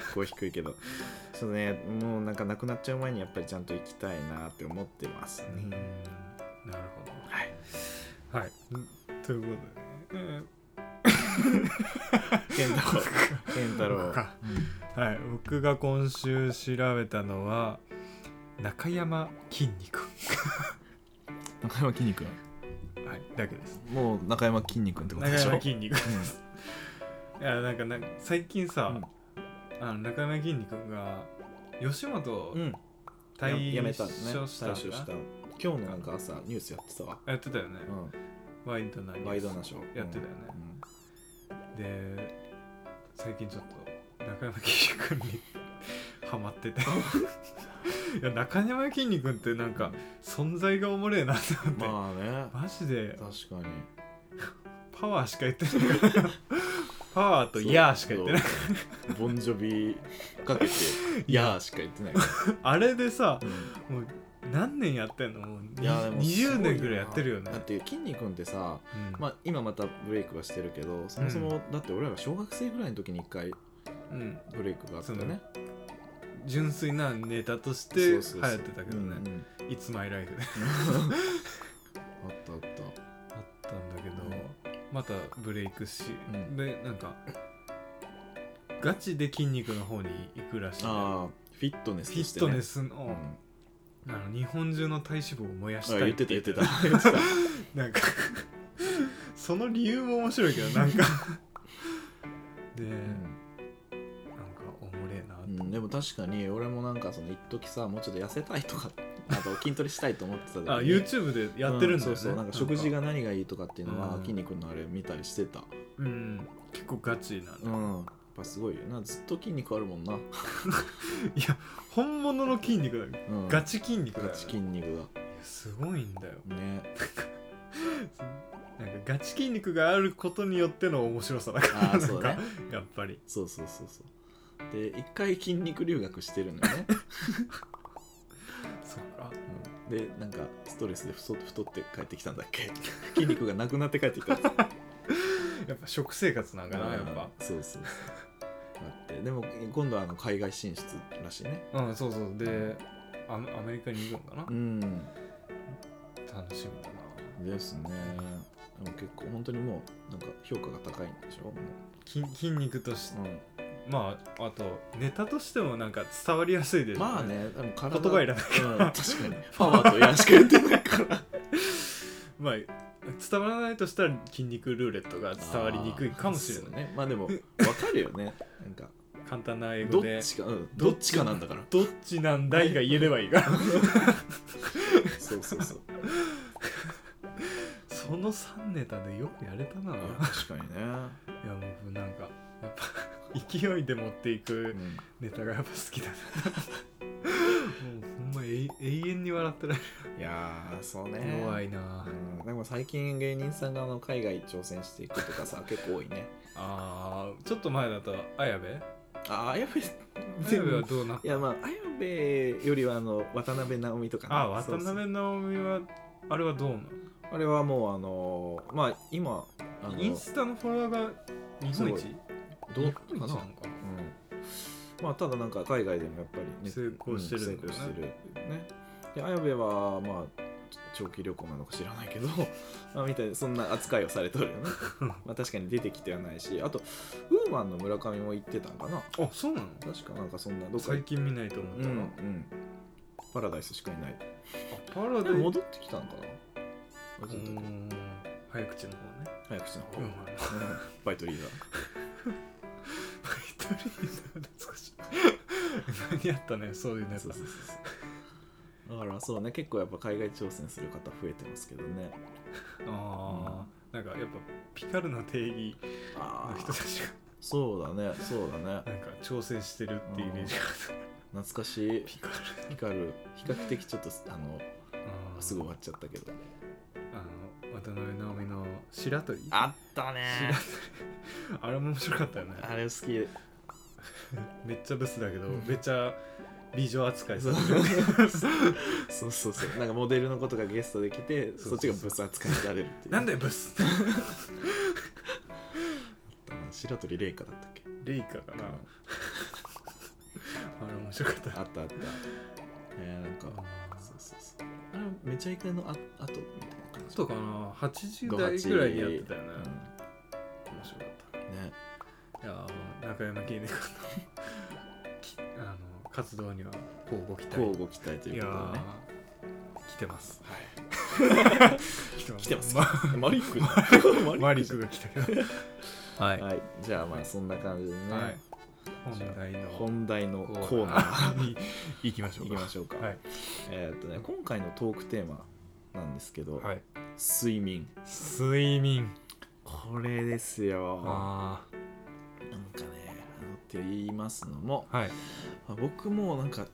S2: 結構低いけどそうねもうなんかなくなっちゃう前にやっぱりちゃんと行きたいなって思ってますね、
S1: うんなる
S2: はい
S1: ほどはいということでねえ
S2: 健 太郎健太郎
S1: 僕かーはい、僕が今週調べたのは中山筋肉、
S2: 中山きんに君
S1: はい、だけです
S2: もう中山きんに君ってこと
S1: 中
S2: でしょ
S1: 山筋肉です、 いやなんかな最近さ、あの中山筋肉が吉本
S2: うん
S1: 退
S2: やめた
S1: 所
S2: んね
S1: したんだ
S2: 退所した今日のなんか朝ニュースやってたわ、
S1: やってたよね、
S2: う
S1: ワインとナイ
S2: ん、
S1: ン
S2: ワイドナショー
S1: やってたよねで最近ちょっと中山きんに君に ハマってて いや中山きんに君ってなんか存在がおもれえなって思
S2: う
S1: っ
S2: ん、
S1: て、
S2: まあね
S1: マジで
S2: 確かに
S1: パワーしか言ってないから パワーとヤーしか言ってない
S2: そうボンジョビかけて「やー」しか言ってない、
S1: あれでさ
S2: う
S1: もう何年やってんのもう
S2: いやでもすごい
S1: 20年ぐらいやってるよね
S2: なだって筋肉ってさ、
S1: うん
S2: まあ、今またブレイクはしてるけどそもそも、だって俺らが小学生ぐらいの時に一回
S1: うん
S2: ブレイクがあったよね
S1: 純粋なネタとして流行
S2: そうそうそう
S1: ってたけど
S2: うんう
S1: ね
S2: ん
S1: 「いつマイライフ」で
S2: あったあった
S1: あったんだけどまたブレイクし、
S2: うん
S1: でなんかガチで筋肉の方に行くらしいね、
S2: ああフィットネス
S1: フ
S2: と
S1: ィ
S2: し
S1: ッ
S2: て
S1: ト
S2: ね
S1: ネス
S2: う
S1: の,、
S2: ん
S1: あの日本中の体脂肪を燃やし
S2: あ
S1: たい
S2: 言ってた言ってた
S1: なんかその理由も面白いけどなん かで、なんかおもれえなっ
S2: う
S1: て
S2: ん、でも確かに俺もなんかその一時さもうちょっと痩せたいとかあと筋トレしたいと思ってた時に
S1: あ YouTube でやってるんだよね、
S2: うそうそうなんか食事
S1: なんか
S2: が何がいいとかっていうの
S1: う
S2: は
S1: ん
S2: 筋肉のあれ見たりしてた
S1: うん結構ガチなんだ、
S2: うんやっぱすごいよなずっと筋肉あるもんな、
S1: いや本物の筋肉だよ、
S2: うん、
S1: ガチ筋肉だよ
S2: ガチ筋肉
S1: いやすごいんだよ
S2: がね
S1: なんかガチ筋肉があることによっての面白さだから
S2: あ
S1: な
S2: あ
S1: んか
S2: そうね
S1: やっぱり
S2: そうそうそうそうで一回筋肉留学してるのよね、
S1: そっか
S2: うんでなんかストレスで太太って帰ってきたんだっけ 筋肉がなくなって帰ってきたんだっ
S1: やっぱ食生活なん
S2: け
S1: か なやっぱ
S2: そうそうそう待ってでも今度はあの海外進出らしいね
S1: うんそうそうでアメアメリカに行くのかな、
S2: うん
S1: 楽しみだな
S2: ですねでも結構本当にもうなんか評価が高いんでしょ、
S1: 筋筋肉とし
S2: うん、
S1: まああとネタとしてもなんか伝わりやすいでしょ
S2: まあね、でも体
S1: 言葉いらない
S2: うん、確か に。パワーとやしか言ってないから。
S1: まあ伝わらないとしたら筋肉ルーレットが伝わりにくいかもしれない
S2: い。ね、まあでも、わかるよね。なんか、
S1: 簡単な英
S2: ど
S1: 語で
S2: っちか、うん、どっちかなんだから。
S1: どっちなんだいが言えればいいから
S2: そうそうそう。
S1: その3ネタでよくやれたない
S2: や
S1: や
S2: 確かにね。
S1: もうなんかやっぱ 勢いで持っていく
S2: うん
S1: ネタがやっぱ好きだな もうほんま永永遠に笑ってない
S2: いやー、そうね。
S1: 怖
S2: い。
S1: いな
S2: うん、でも最近芸人さんがあの海外挑戦していくとかさ結構多いね
S1: あーちょっと前だと綾部
S2: ああやっぱり
S1: 綾部はどうなっ
S2: いやまあ綾部よりはあの渡辺直美とかね、
S1: あ
S2: そう
S1: 渡
S2: そう
S1: 辺直美はあれはどうな
S2: あれはもうあのーまあ今あの
S1: のインスタのフォロワーが日本
S2: す
S1: 一
S2: どう
S1: 日
S2: か
S1: 本一な
S2: な
S1: のかな
S2: うんまあただなんか海外でもやっぱり、
S1: 成功してるんだよね
S2: うん成功してるねで綾部はまあち長期旅行なのか知らないけど まあみたいなそんな扱いをされとるよ ねまあ確かに出てきてはないしあとウーマンの村上も行ってたんかな
S1: あそうなの
S2: 確かなんかそんなどっか
S1: 最近見ないと思っ
S2: う
S1: た
S2: んう
S1: ら、あ
S2: んパラダイスしかいない
S1: パラダ
S2: で
S1: イ
S2: も
S1: ス
S2: 戻ってきたんかな
S1: うーん早口の方ね
S2: 早口の方、
S1: うん
S2: うんバイトリーダー
S1: バイトリーダー懐か しい何やったねそういうのやつ
S2: そうそうそうそうだからそうね結構やっぱ海外挑戦する方増えてますけどね
S1: ああ、なんかやっぱピカルな定義
S2: あ
S1: の人
S2: ー
S1: たち
S2: そうだねそうだね
S1: がなんか挑戦してるっていうイメージがある
S2: 懐かしい
S1: ピカル
S2: ヒカル比較的ちょっとあの
S1: あー
S2: すぐ終わっちゃったけど
S1: あの渡辺直美の白鳥
S2: あった
S1: 白鳥あれも面白かったよね
S2: あれ好き
S1: めっちゃブスだけどめっちゃ美女扱い されてる
S2: そうそうそうなんかモデルの子とかゲストで来て
S1: そう
S2: そっちがブス扱いされるっていう
S1: なんでブス
S2: 白鳥麗華だったっけ
S1: レイカか なあれ面白かった
S2: あったあったえー、なんかそうそうそうあれめちゃイケのああとみたいな感じ
S1: とかな80代ぐらいにやってたよね、
S2: うん
S1: 面白かっ
S2: ね
S1: たいやー中山きんに君の きあの活動にはこうご期待
S2: 交互期待と
S1: い
S2: い
S1: や
S2: うことでね
S1: ー来てます 来てま
S2: 来てます
S1: ま
S2: マリック
S1: マリックが来たけどはい、はい
S2: はいじゃあまあそんな感じでね、
S1: 本題の
S2: 本題のコーナー
S1: ーに行きましょう
S2: 行
S1: か
S2: きましょうか、
S1: はい、
S2: えーっとね今回のトークテーマなんですけど、
S1: はい、
S2: 睡眠
S1: 睡眠
S2: これですよなんか
S1: あ
S2: ねあのって言いますのも、
S1: あはい
S2: まあ僕もなんか、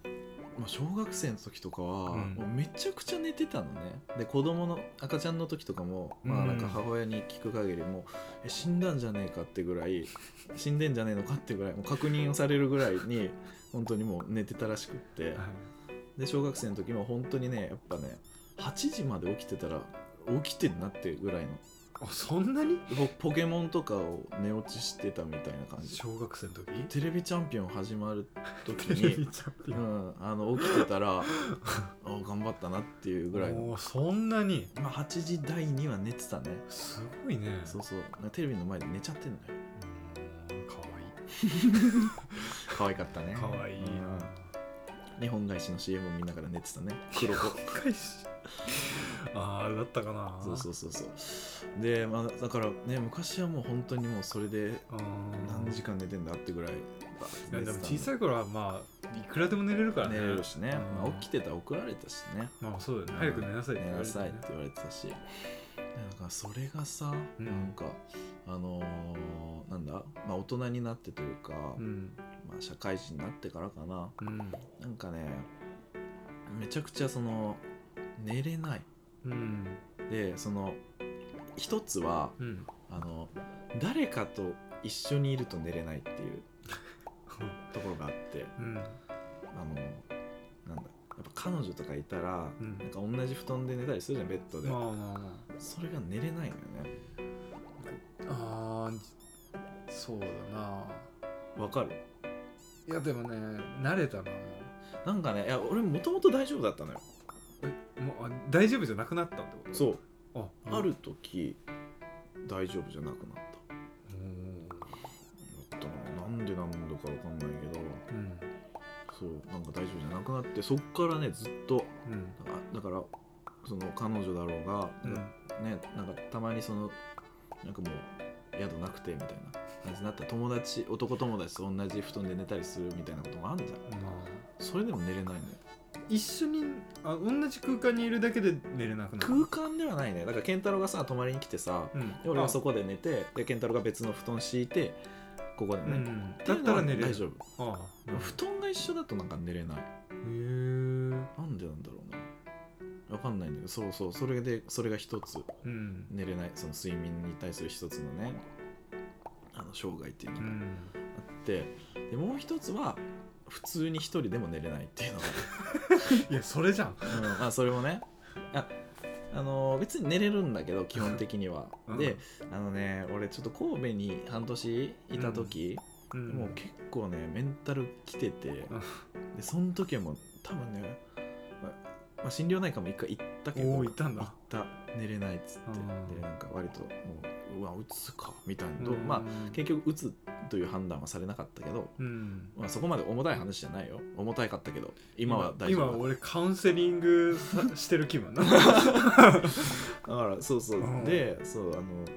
S2: まあ、小学生の時とかは、
S1: うん
S2: もうめちゃくちゃ寝てたのねで子供の赤ちゃんの時とかも、ま
S1: う
S2: あ、
S1: ん
S2: なんか母親に聞く限りもうえ死んだんじゃねえかってぐらい死んでんじゃねえのかってぐらいもう確認をされるぐらいに本当にもう寝てたらしくってで小学生の時も本当にねやっぱね8時まで起きてたら起きてんなってぐらいの
S1: あそんなに
S2: ポポケモンとかを寝落ちしてたみたいな感じ
S1: 小学生の時
S2: テレビチャンピオン始まる時
S1: テレビ
S2: に、
S1: チャン
S2: う
S1: ピオン
S2: ん、あの起きてたらあ頑張ったなっていうぐらいの、
S1: おーそんなに
S2: まあ、8時台には寝てたね
S1: すごいね
S2: そうそうテレビの前で寝ちゃってんのよ
S1: うーんかわいい
S2: 可愛かったね
S1: かわいい
S2: うん日本返しの CM を見ながら寝てたね黒子
S1: 返し ああだったかな
S2: そうそうそうそうで、まあ、だからね昔はもう本当にもうそれで
S1: うーん
S2: 何時間寝てんだってぐらい
S1: いやでも小さ
S2: い
S1: い頃はまあいくらでも寝れるから
S2: 寝
S1: ね
S2: れるしね、ま
S1: う
S2: あ
S1: ん、
S2: 起きてたら怒られたしね
S1: まあそうだよね早く寝なさい
S2: 寝
S1: 言わ
S2: な
S1: れて
S2: さ
S1: ね
S2: いって言われてたしなんかそれがさ、
S1: うん
S2: なんかあのーなんだ、まあ、大人になってというか、
S1: うん
S2: まあ、社会人になってからかな
S1: うん
S2: なんかねめちゃくちゃその寝れない
S1: うん
S2: でその一つは
S1: うん
S2: あの誰かと一緒にいると寝れないっていうところがあって
S1: うん
S2: あのなんだやっぱ彼女とかいたら、
S1: うん
S2: なんか同じ布団で寝たりするじゃんベッドで、
S1: まあまあまあ
S2: それが寝れないのよね
S1: あーそうだな
S2: わかる
S1: いやでもね慣れたなもう
S2: なんかねいや俺もともと大丈夫だったのよ
S1: えもうあ大丈夫じゃなくなったってことう
S2: そう、
S1: あ,、
S2: ある時大丈夫じゃなくなった
S1: うん
S2: だったかななんでなんだかわかんないけど
S1: うん
S2: そうなんか大丈夫じゃなくなってそっからねずっと
S1: うん
S2: だからだからその彼女だろうが、
S1: うん
S2: ねなんかたまにそのなんかもう宿なくてみたいな感じになったら友達男友達と同じ布団で寝たりするみたいなこともあるじゃん
S1: ま
S2: それでも寝れないのよ
S1: あ一緒にあ同じ空間にいるだけで寝れなくなる
S2: 空間ではないねだから健太郎がさ泊まりに来てさ、
S1: うん
S2: で俺は
S1: あ
S2: そこで寝てで健太郎が別の布団敷いてここで
S1: うんう
S2: ね、
S1: ん
S2: て
S1: だ
S2: い
S1: っ
S2: う
S1: た
S2: の
S1: ら
S2: は
S1: 寝れる
S2: 大丈夫、
S1: ああ
S2: 布団が一緒だとなんか寝れない
S1: へえ
S2: なんでなんだろうなわかんないんだけどそうそうそれでそれが一つ
S1: うん
S2: 寝れないその睡眠に対する一つのねあの障害っていうの
S1: う
S2: があ
S1: ん
S2: って、でもう一つは普通に一人でも寝れないっていうのが、
S1: いやそれじゃん
S2: うんあそれもねああのー別に寝れるんだけど基本的には、
S1: うん
S2: であのね俺ちょっと神戸に半年いた時、
S1: うん
S2: もう結構ねメンタル来てて、
S1: ん
S2: でその時はもう多分ね、ままあ、心療内科も一回行ったけ ど
S1: おおいたん
S2: 行
S1: だ
S2: った寝れないっつって
S1: うん
S2: でなんか割ともううわうつかみたいなと、
S1: うん
S2: まあ結局うつという判断はされなかったけど、
S1: うん
S2: まあ、そこまで重たい話じゃないよ重たいかったけど今は大丈
S1: 今
S2: 夫
S1: 俺カウンセリングさしてる気分 な
S2: だからそうそう、
S1: うん
S2: でそうあのい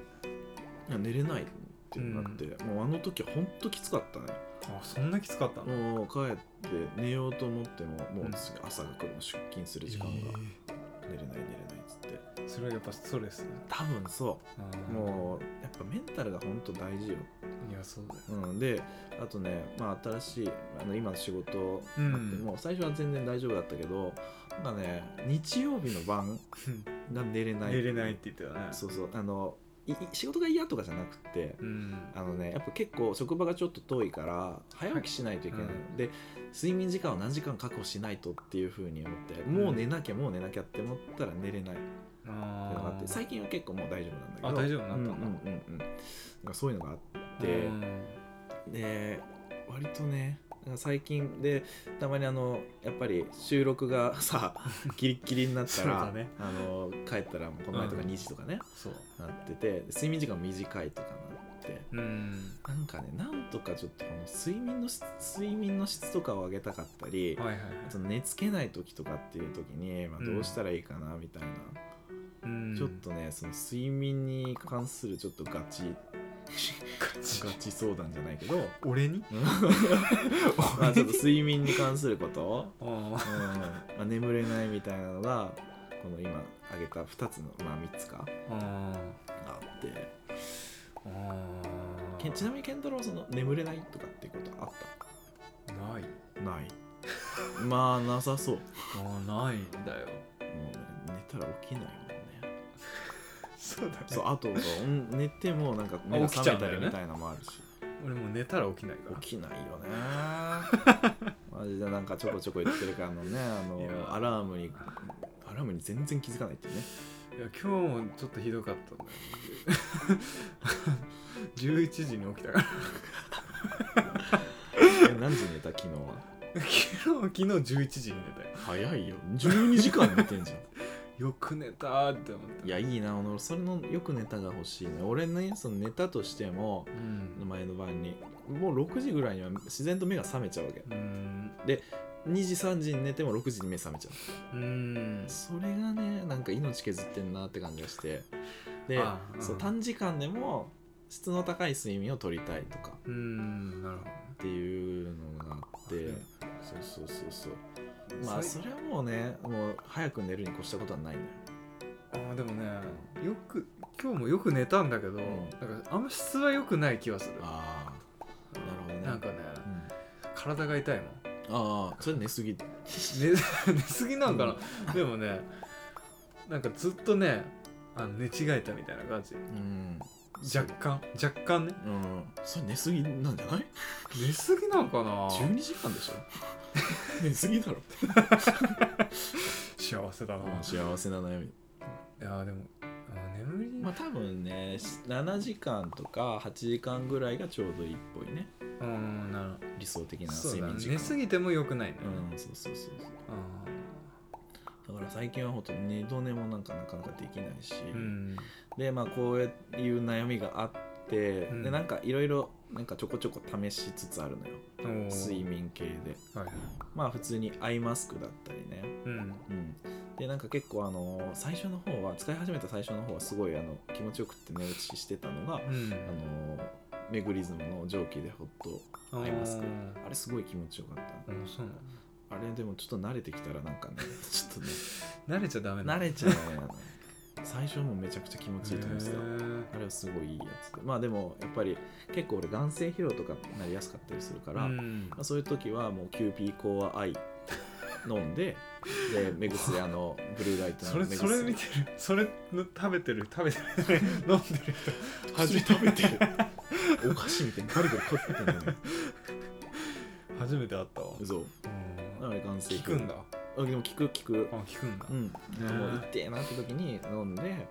S2: や寝れないってなって、もうあの時はほんときつかったね
S1: あそんなきつかったの
S2: もう帰って寝ようと思ってもも
S1: う
S2: うん次朝が来るの出勤する時間が、寝れない寝れないっつって
S1: えーそれはやっぱストレス
S2: 多分そう
S1: あー
S2: もうやっぱメンタルがほんと大事よ
S1: いやそうだよ
S2: うん、であとね、まあ、新しいあの今の仕事もあって、
S1: うん
S2: もう最初は全然大丈夫だったけどなんかね日曜日の晩が寝れない
S1: 寝れないって言ってたね
S2: そうそうあのいい仕事が嫌とかじゃなくて
S1: うん
S2: あのねやっぱ結構職場がちょっと遠いから早起きしないといけない、
S1: はいう
S2: で睡眠時間を何時間確保しないとっていうふうに思ってもう寝なきゃもう寝なきゃって思ったら寝れないってのがあ
S1: あ
S2: って
S1: ー
S2: 最近は結構もう大丈夫なんだけど
S1: あ大丈夫になったんだ
S2: うんうんうんうん、なんかそういうのがあって。
S1: うん
S2: で割とねなんか最近でたまにあのやっぱり収録が さギリッギリになった
S1: そう
S2: ら、
S1: だね
S2: あの帰ったらもうこの前とか
S1: うん
S2: 2時とかね、
S1: そう
S2: なってて睡眠時間も短いとかなって
S1: うん
S2: なんかねなんとかちょっとこの睡眠の質睡眠の質とかを上げたかったり、
S1: はいはいはい
S2: その寝つけない時とかっていう時に、まあ、どうしたらいいかなみたいな、
S1: うん
S2: ちょっとねその睡眠に関するちょっとガチ
S1: ガチ
S2: ガチ相談じゃないけど、
S1: 俺に
S2: うんまあちょっと睡眠に関すること、
S1: ああ
S2: うんまあ、眠れないみたいなのがこの今挙げた2つの、まあ、3つか
S1: あ
S2: あって
S1: ああ
S2: けちなみに健太郎はその眠れないとかってことあっ
S1: ない
S2: たない まあなさそうも
S1: あないんだよ
S2: うね寝たら起きないもんね
S1: そうだね
S2: そうあとうん寝て もなんか目が
S1: 起きち
S2: 覚
S1: ゃう
S2: め
S1: んだよ
S2: たり
S1: ね
S2: みたいなのも あるし、
S1: 俺もう寝たら起きないから
S2: 起きない よねマジでなんかちょこちょこ言ってるからあのね
S1: い
S2: あ
S1: や
S2: のアラームにアラームに全然気づかないっていうね
S1: いや今日もちょっとひどかったんだよね11時に起きたから
S2: え何時に寝た昨日は
S1: 昨日昨日11時に寝たよ
S2: 早いよ12時間寝てんじゃん
S1: よく寝たーって思った
S2: いやいいな俺それのよくネタが欲しいね俺ねそのネタとしても
S1: うん
S2: 前の晩にもう6時ぐらいには自然と目が覚めちゃうわけ
S1: うん
S2: 2時3時に寝ても6時に目覚めちゃう
S1: うん
S2: それがねなんか命削ってんなって感じがしてで
S1: ああ
S2: そう
S1: うん
S2: 短時間でも質の高い睡眠をとりたいとか
S1: うんなるほ
S2: っていうのがあって
S1: うん
S2: そうそうそうそうまあ
S1: そ
S2: そ
S1: れ
S2: れはもうねもう早く寝るに越したことはないんだよ
S1: どねあーでもねよく今日もよく寝たんだけど、
S2: ん
S1: なんかあんま質は良くない気はする
S2: ああなるほどね
S1: なんかね
S2: あ、うん
S1: 体が痛いもん
S2: ああそれ寝すぎて
S1: 寝 寝すぎなんかな、でもねなんかずっとねあの寝違えたみたいな感じ
S2: うん
S1: 若干若干ね
S2: うんそれ寝すぎなんじゃない
S1: 寝すぎなんかな
S2: 12時間で しょ寝すぎだろ
S1: 幸せだな、い
S2: 幸せな悩み
S1: やでもあー眠り、
S2: まあ多分ね7時間とか8時間ぐらいがちょうどいいっぽいね
S1: うーんな
S2: 理想的な
S1: そう
S2: 睡
S1: だ
S2: 眠
S1: ね
S2: 時間
S1: 寝すぎても良くないね、
S2: うんそうそうそう
S1: あ
S2: そうだから最近はほんと寝ど寝もなんかなかなかできないし、
S1: ーうん
S2: でまあこういう悩みがあって、
S1: うん
S2: でなんかいろいろなんかちょこちょこ試しつつあるのよ
S1: おー
S2: 睡眠系で
S1: はいはい
S2: まあ普通にアイマスクだったりね
S1: うん
S2: うん、でなんか結構あのー最初の方は使い始めた最初の方はすごいあの気持ちよくって寝落ちしてたのが、
S1: うん
S2: あのーメグリズムの蒸気でホット
S1: あー
S2: アイマスクあれすごい気持ちよかった
S1: うんそう
S2: あれでもちょっと慣れてきたらなん かねちょっとね
S1: なの慣れちゃダメな
S2: 慣
S1: の
S2: れちゃうね最初はもうめちゃくちゃ気持ちいいと思っ
S1: へ
S2: てた
S1: ー
S2: あれはすごいいいやつでまあでもやっぱり結構俺眼性疲労とかなりやすかったりするから、
S1: うん
S2: まあそういう時はもうキューピーコアアイ飲んでで目薬あのブルーライトの
S1: それ
S2: 目薬
S1: それ見てるそれの食べてる 食べてる飲んでる人
S2: 初
S1: 初め
S2: めて
S1: て
S2: 食べてるお菓子みたいにガリガリ食ってたのよ
S1: 初めて会ったわ
S2: そう
S1: うん
S2: なので眼性
S1: 聞くんだ
S2: あでも聞く聞く
S1: あ聞くんだ
S2: うんも
S1: え
S2: う痛えなって時に飲んで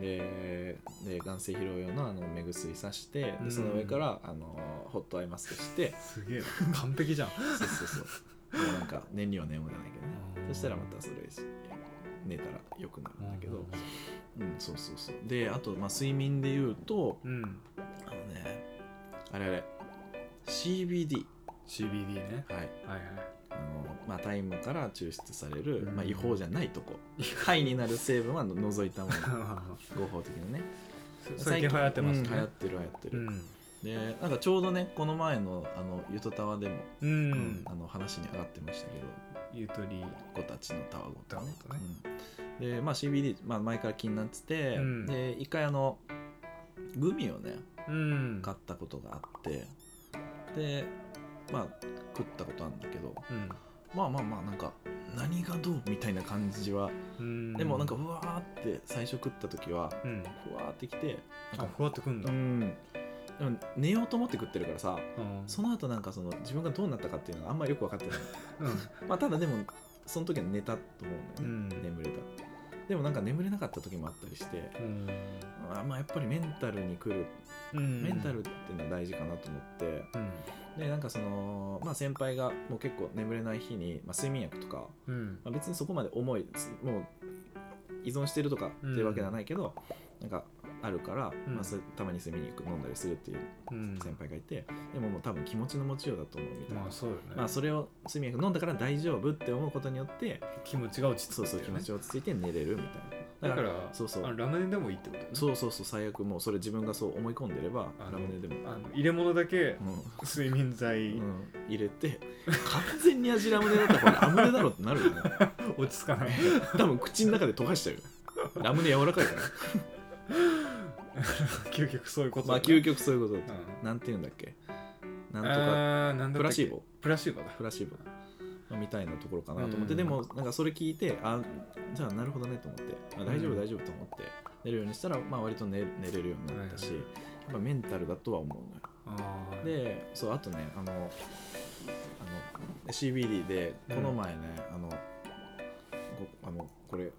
S2: でで眼性疲労用のあの目薬さして
S1: うん
S2: でその上からあのホットアイマスクして
S1: すげえな完璧じゃん
S2: そうそう そうもうなんか念には念をじゃないけどねそしたらま
S1: た
S2: たそれ寝たらよくなるんだけどうんそうそうそうであとまあ睡眠で言うと
S1: うん
S2: あのねあれあれ CBD
S1: CBD ね
S2: はい
S1: はいはい
S2: あのまあ、大麻から抽出される、
S1: うん
S2: まあ、違法じゃないとこ肺になる成分はの除いたも の合法的なね
S1: 最近流行ってます
S2: うん流行
S1: ね
S2: ってる流行って
S1: う
S2: る、
S1: ん
S2: でなんかちょうどねこの前のあのゆとたわでも、
S1: う
S2: うんあの話に上がってましたけど
S1: ゆとり
S2: 子たちのたわごとね
S1: たわごとね
S2: うんでまあ CBD、まあ、前から気になってて、
S1: うん
S2: で一回あのグミをね
S1: うん
S2: 買ったことがあってでまあ食ったことあるんだけど
S1: うん
S2: まあまあまあなんか何がどうみたいな感じは、
S1: うん
S2: でもなんかうわーって最初食った時は
S1: うん
S2: ふわーってきて
S1: あ
S2: なんか
S1: ふわってくんだ
S2: うんでも寝ようと思って食ってるからさ
S1: うん
S2: その後なんかその自分がどうなったかっていうのがあんまりよく分かってない まあただでもその時は寝たと思う
S1: うん
S2: だよね、眠れたでもなんか眠れなかった時もあったりして
S1: うん
S2: あまあやっぱりメンタルに来る
S1: うん
S2: メンタルっていうのは大事かなと思って、
S1: うん
S2: でなんかその、まあ、先輩がもう結構眠れない日に、まあ、睡眠薬とか
S1: うん
S2: まあ、別にそこまで重いすもう依存してるとかっていうわけではないけど、なんかあるから、
S1: うん
S2: まあ、それたまにそれ見に行く飲んだりするっていう
S1: うん
S2: 先輩がいて、でももう多分気持ちの持ちようだと思うみたいな、
S1: まあそうよね、
S2: まあ、それを睡眠薬飲んだから大丈夫って思うことによって
S1: 気持ちが落ち着く
S2: そうそう気持ち落ち着いて寝れるみたいな
S1: だから
S2: そうそう
S1: あのラムネでもいいってことだよね
S2: そうそうそう最悪もうそれ自分がそう思い込んでれば
S1: あ
S2: ラ
S1: の
S2: ムネでも、
S1: あの入れ物だけ
S2: うん
S1: 睡眠剤、
S2: うん入れて完全に味ラムネだったらこれラムネだろってなる よね
S1: 落ち着 かない
S2: 多分口の中で溶かしちゃうよラムネ柔らかいから
S1: 究極そういうこと
S2: ま
S1: だ
S2: あ
S1: ね
S2: 究極そういうことだと、
S1: う
S2: なんて言うんだっけなん
S1: ん
S2: とか
S1: あーなんだったっけ
S2: プラシーボ
S1: プラシーボだ
S2: プラシーボみたいなところかなと思って、
S1: うん
S2: でもなんかそれ聞いてあじゃあなるほどねと思ってあ大丈
S1: う
S2: 夫
S1: ん
S2: 大丈夫と思って寝るようにしたら、まあ、割と寝寝れるようになったし、
S1: はい
S2: やっぱメンタルだとは思うのよ
S1: あー
S2: でそうあとねあのあの CBD でこの前ね、あのこあのこれ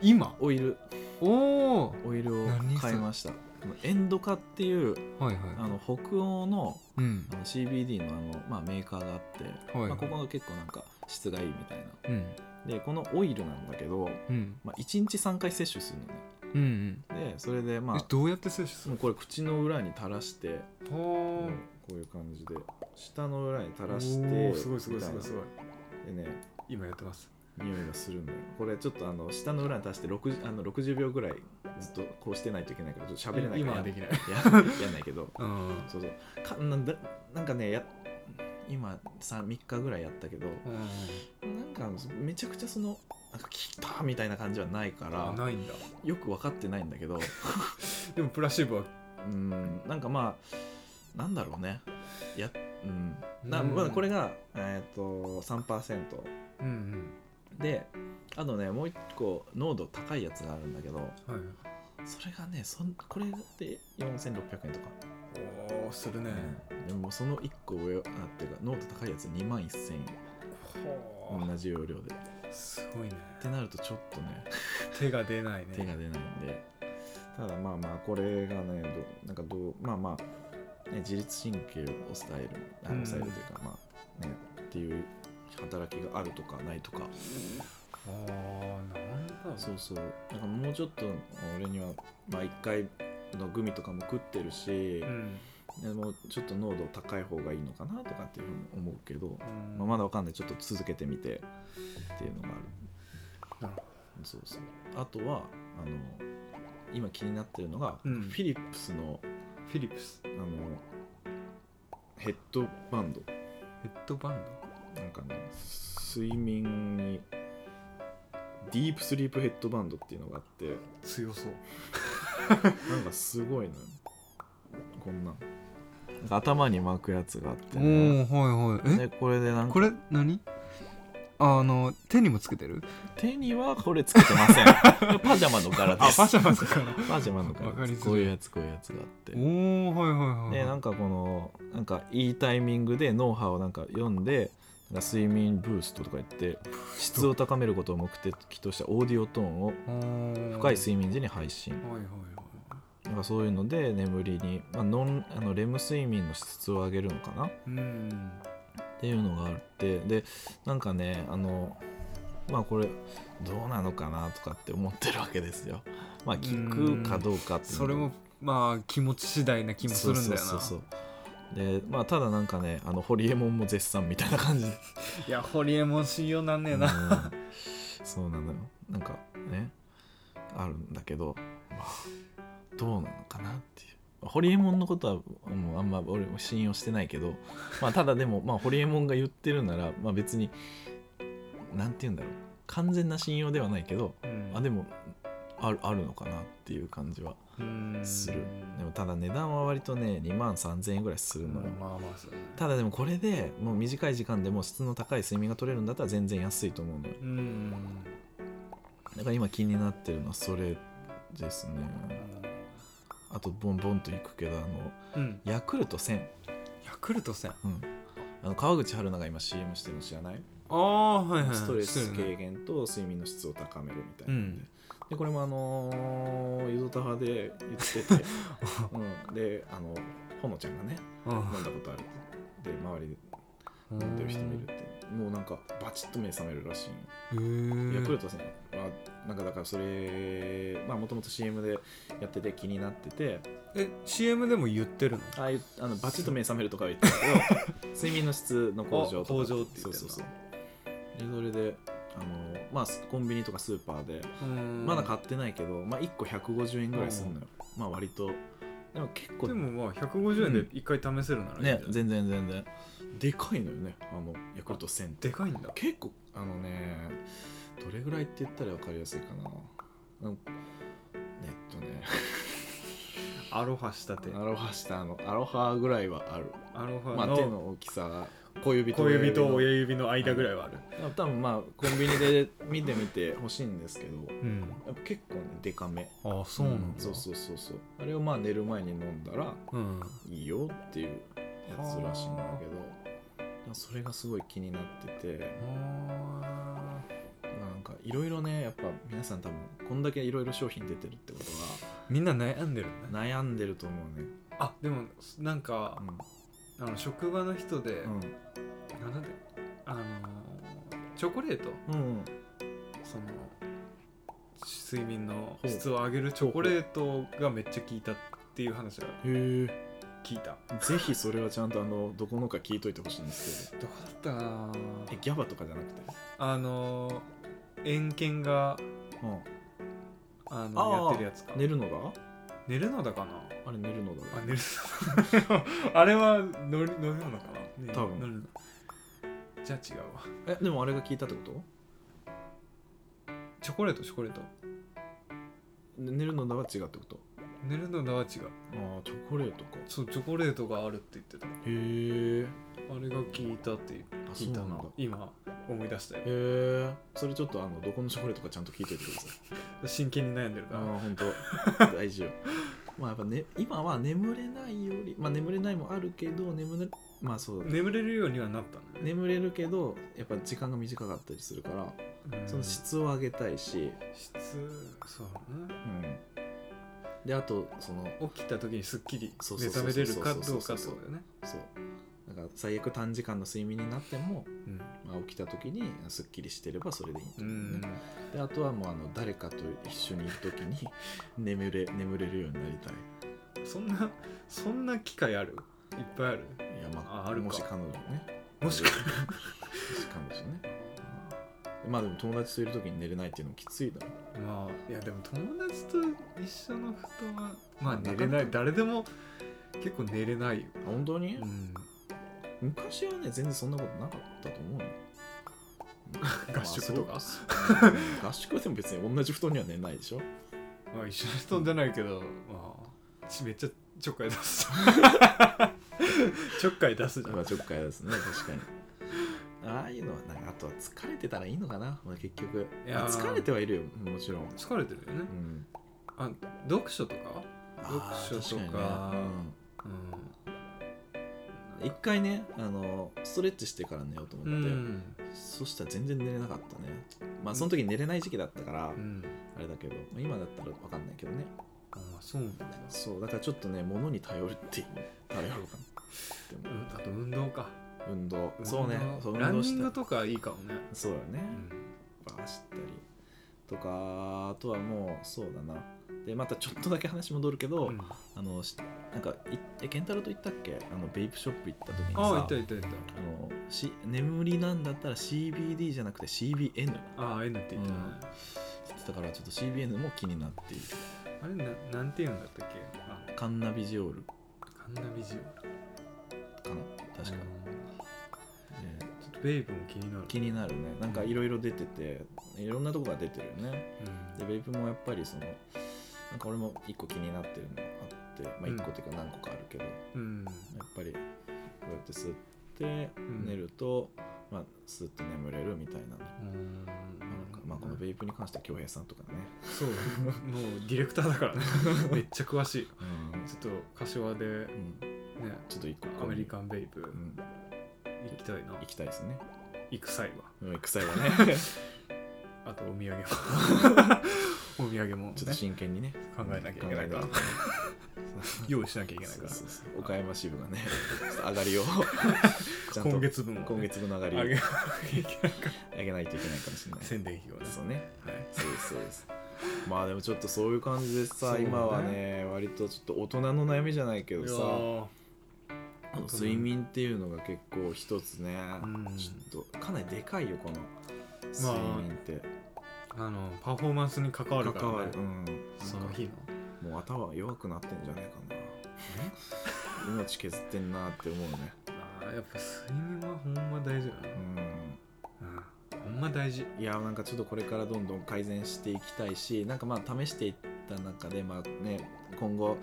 S1: 今
S2: オイル
S1: おお
S2: オイルを
S1: 何それ
S2: 買いましたこのエンドカっていう
S1: はいはい
S2: あの北欧の
S1: うん
S2: あの CBD のあの、まあ、メーカーがあって、
S1: はい
S2: まあ、ここが結構なんか質がいいみたい
S1: うん
S2: なでこのオイルなんだけど、
S1: うん
S2: まあ、1日3回摂取する
S1: うんうん
S2: のねでそれでま
S1: え
S2: あ
S1: どうやって摂取す
S2: も
S1: る
S2: うこれ口の裏に垂らして
S1: の
S2: もう
S1: は
S2: こういう感じで下の裏に垂
S1: あ
S2: らして
S1: おーすごいすごいすごいすごい
S2: いでね
S1: 今やってます
S2: 匂いがするのよこれちょっとあの下の裏に垂らして60あの60秒ぐらいずっとこうしてないといけないからちょっと喋れない
S1: 今
S2: か
S1: は
S2: ら
S1: できない
S2: ややんないけど
S1: うん
S2: そうそうかなんだなんかねや今 3, 3日ぐらいやったけど
S1: うん
S2: なんかめちゃくちゃそのなんか来たみたいな感じはないか
S1: あ
S2: ら
S1: ないんだ
S2: よく分かってないんだけど
S1: でもプラシーボは
S2: うんなんかまあなんだろうねやうんな、
S1: うん
S2: まあ、これが、えー、と3%
S1: うん
S2: であとねもう一個濃度高いやつがあるんだけど
S1: うんはい
S2: それがねそんこれで4600円とか、
S1: おーするね
S2: うんでもその1個上あっていうか濃度高いやつ2万1000円
S1: ほ
S2: 同じ要領で。
S1: ーすごいね
S2: ってなるとちょっとね
S1: 手が出ないね
S2: 手が出ないんでただまあまあこれがねどなんかどうまあまあ、ね、自律神経を抑えるあ
S1: うん
S2: 抑えるというか、まあねっていう働きがあるとかないとか
S1: あーなんだろう
S2: そうそうなんかもうちょっと俺にはまあ1回のグミとかも食ってるし、
S1: うん
S2: でもうちょっと濃度高い方がいいのかなとかっていうふうに思うけど、
S1: うん
S2: まあ、まだわかんないちょっと続けてみてっていうのがあ
S1: な
S2: る
S1: るほ
S2: そうそうあとはあの今気になってるのが、
S1: うん
S2: フィリップスの
S1: どフィリップス
S2: あのヘッドバンド
S1: ヘッドバン
S2: なんかね睡眠にディープスリープヘッドバンドっていうのがあって
S1: ド強そう
S2: なんかすごいのよこんなんなんか頭に巻くやつがあって
S3: お
S2: ね
S3: おはいはいえ
S2: でこれでなんか
S3: これ何あの手にもつけてる
S2: 手にはこれつけてません パジャマの柄です
S3: パジャマとか
S2: パジャマの柄
S3: わかりづらい
S2: こういうやつこういうやつがあって
S3: おおはいはいはい
S2: でなんかこのなんかいいタイミングで脳波をなんか読んでなんか睡眠ブーストとか言って質を高めることを目的としたオーディオトーンを
S3: 深
S2: 深い睡眠時に配信
S1: はいはいはい
S2: なんかそういうので眠りに、まあ、ノンあのレム睡眠の質を上げるのかなっ
S1: うん
S2: ていうのがあってでなんかねあのまあこれどうなのかなとかって思ってるわけですよまあ聞くかどうかっていうの
S3: それもまあ気持ち次第な気もするんだよな
S2: そうそうそうそうでまあただなんかねあのホリエモンも絶賛みたいな感じで
S1: いやホリエモン信用なんねえな
S2: うんそうなのよなんかねあるんだけど、まあどうなのかなっていうホリエモンのことはもうあんま俺も信用してない けど、まあ、ただでも、まあ、ホリエモンが言ってるなら、まあ、別になんて言うんだろう完全な信用ではないけどあでもあるあるのかなっていう感じは
S1: うん
S2: するでもただ値段は割とね2万3000円ぐらいするのよ、
S1: まあまあそうね
S2: ただでもこれでもう短い時間でも質の高い睡眠が取れるんだったら全然安いと思うのよ
S1: うん
S2: だから今気になってるのはそれですねあとボンボンといくけどあの
S1: うん
S2: ヤクルト1000、
S1: ヤクルト戦
S2: うん、あの川口春奈が今 CM してるの知らない、
S1: ああはいはい
S2: ストレス
S1: 系
S2: 軽減と睡眠の質を高めるみたいな、
S1: うん
S2: でこれもあのー、ゆずたはで言って て、うん、であのほのちゃんがね飲んだことあるで周りで飲んでる人もいるってもうなんかバチッと目覚めるらしいんよ
S3: ー
S2: ヤクルトさんはなんかだからそれまあもともと CM でやってて気になってて
S1: え CM でも言ってるの
S2: ああいうあのバチッと目覚めるとかは言ってたけ ど睡眠の質の向上とか
S1: あ向上って言ってん
S2: そう
S1: だ
S2: そうそうでそれであのまあスコンビニとかスーパーで
S1: うん
S2: まだ買ってないけど、まあ、1個150円ぐらいするのよ、まあ割とでも結構
S1: でもまあ150円で一回試せるならいいんじゃ
S2: ね
S1: ない
S2: 全然全然でかいのよねあのヤクルト1000って
S1: でかいんだ
S2: 結構あのねどれぐらいって言ったら分かりやすいかなうんえっとね
S1: アロハしたて
S2: アロハしたあのアロハぐらいはある
S1: アロハ
S2: まあ手
S1: の
S2: の大きさ小指と
S1: 小指と親
S2: の
S1: 指の間ぐらいはある
S2: 多分まあコンビニで見てみて欲しいんですけど
S1: うん
S2: やっぱ結構ねでかめ
S1: ああそうなんだ
S2: そうそうそうそうあれをまあ寝る前に飲んだら
S1: うん
S2: いいよっていうやつらしいんだけどそれがすごい気になってて
S1: あ
S2: なんかいろいろねやっぱ皆さん多分こんだけいろいろ商品出てるってこと
S1: ーみんな悩んでる
S2: は
S1: ね
S2: 悩んでると思うね
S1: あでもなんかあの職場の人で
S2: うん
S1: なんだっけあのーチョコレート
S2: うんうん
S1: その睡眠の質を上げるチョコレートがめっちゃ効いたっていう話は
S2: へえ
S1: 聞いた
S2: ぜひそれはちゃんとあのどこのか聞いといてほしいんですけ
S1: どこだったかな
S2: どえギャバとかじゃなくて
S1: あのー円券が
S2: う
S1: あ
S2: あー
S1: のやってるやつか
S2: ん寝るのだ
S1: 寝るのだかな
S2: あれ寝るのだ
S1: あ寝るの あれは乗り乗るのかな、ね
S2: 多分
S1: 乗るのじゃあ違うわ
S2: えでもあれが聞いたってこと
S1: チョコレートチョコレート
S2: ね寝るのだは違うってこと
S1: 寝るのだは違う
S2: ああチョコレートか
S1: そうチョコレートがあるって言ってた
S2: へえ
S1: あれが効いたって
S2: あ
S1: 聞いた
S2: そうな
S1: なん
S2: だ
S1: 今思い出したよ
S2: へえそれちょっとあのどこのチョコレートかちゃんと聞いといてください
S1: 真剣に悩んでるから
S2: ああ本当 大事よまあやっぱ、ね、今は眠れないよりまあ眠れないもあるけど眠れまあそう、
S1: 眠れるようにはなったんだね
S2: 眠れるけどやっぱ時間が短かったりするから
S1: うん
S2: その質を上げたいし、
S1: 質そうね
S2: であとその
S1: 起きた時にすっきり
S2: そう
S1: 目
S2: そうそう
S1: 覚めれるかどうか
S2: そ
S1: っ
S2: う
S1: て
S2: そうそう
S1: ことだよね
S2: そうだから最悪短時間の睡眠になっても、
S1: うん
S2: まあ、起きた時にすっきりしてればそれでいいと
S1: う
S2: 思うね
S1: ん
S2: であとはもうあの誰かと一緒にいる時に 眠れ眠れるようになりたい
S1: そんなそんな機会あるいっぱいある
S2: いやまあ
S1: ああるか
S2: もし彼女ね
S1: もしか
S2: しかもしねまあでも友達といる時に寝れないっていうのもきついだろ
S1: まあいやでも友達と一緒の布団はまあ
S2: なかな
S1: 寝
S2: か
S1: れない誰でも結構寝れないよ、
S2: あ本当に、
S1: うん、
S2: 昔はね全然そんなことなかったと思うよ
S1: 合宿とか
S2: まあそううん合宿はでも別に同じ布団には寝ないで しょ
S1: まあ一緒の布団じゃないけど、まあちめっちゃちょっかい出 すちょっかい出すじゃん
S2: まあちょっかいですね確かにああいうのはなんかあとは疲れてたらいいのかな、まあ、結局
S1: いやー
S2: 疲れてはいるよもちろん、
S1: 疲れてるよね
S2: うん、
S1: あ読書とか
S2: あー
S1: 読書とか
S2: 確にねうん
S1: う
S2: 一回ねあのストレッチしてから寝ようと思
S1: ん、う
S2: って、
S1: ん
S2: そしたら全然寝れなかったねまあその時寝れない時期だったから、
S1: うん、
S2: あれだけど、まあ今だったら分かんないけどね
S1: ああそうなんだ、
S2: そうだからちょっとね物に頼るっていう頼ろうか
S1: う
S2: なでも
S1: ん、あと運動か
S2: 運動そうね
S1: 運動
S2: そう
S1: ランニ
S2: し
S1: ン
S2: た
S1: グとかいいかもね、
S2: そうだね
S1: うん
S2: バー走ったりとかあとはもうそうだなでまたちょっとだけ話戻るけど、
S1: うん、あ
S2: あのしなんかいえ健太郎と行ったっけあのベイプショップ行った時にさ
S1: あいたいたいた
S2: あのし眠りなんだったら CBD じゃなくて CBN って言っ
S1: ああ N って言ったね、
S2: うんてたからちょっと CBN も気になっている
S1: あれななんて言うんだったっけあ
S2: カンナビジオール
S1: カンナビジオ
S2: かな確か、
S1: うんちょっ
S2: で
S1: とベイブも気になる、
S2: 気になるねなんかいろいろ出てていろんなとこが出てるよね
S1: うん
S2: でベイプもやっぱりそのなんか俺も一個気になってるのあってまあ
S1: うん
S2: 一個っていうか何個かあるけど、や
S1: うん
S2: っぱりこうやって吸って
S1: ん
S2: 寝ると、まあスッと眠れるみたいなの、
S1: うん
S2: まあなんかまあこのベイプに関しては恭平さんとかね、
S1: そうもうディレクターだ からねめっちゃ詳しいちょっと柏でね
S2: うんちょっと一個
S1: アメリ
S2: ン、
S1: カンベイブ
S2: うん、
S1: 行きたいな
S2: 行きたいですね
S1: 行く際は
S2: うん行く際はね
S1: あとお土産もお土産も、ね、
S2: ちょっと真剣にね
S1: 考えなきゃいけないから
S2: 考えなきゃ
S1: 用意しなきゃいけないから
S2: そうそうそう岡山支部がねちょっと上が りをちゃんと
S1: 今月分をね
S2: 今月分の上が
S1: あ
S2: り
S1: げ
S2: を
S1: なきゃいけないから
S2: 上げないといけないかもしれない
S1: 宣伝費をね
S2: そうね
S1: はい
S2: そうですそうですまあでもちょっとそういう感じで
S1: そう
S2: さ、
S1: ね
S2: 今はね割とちょっと大人の悩みじゃないけど
S1: いや
S2: さ
S1: ー
S2: あの睡眠っていうのが結構一つね、
S1: うん
S2: ちょっとかなりでかいよこの睡眠って、
S1: あのパフォーマンスに関わるから、ね、
S2: 関わる、うん、
S1: その日の
S2: もう頭弱くなってんじゃないかな命削ってんなって思うね
S1: あーやっぱ睡眠はほんま大事だな、
S2: う
S1: うん、ほんま大事
S2: んいやなんかちょっとこれからどんどん改善していきたいしなんかまあ試していった中でまあね今後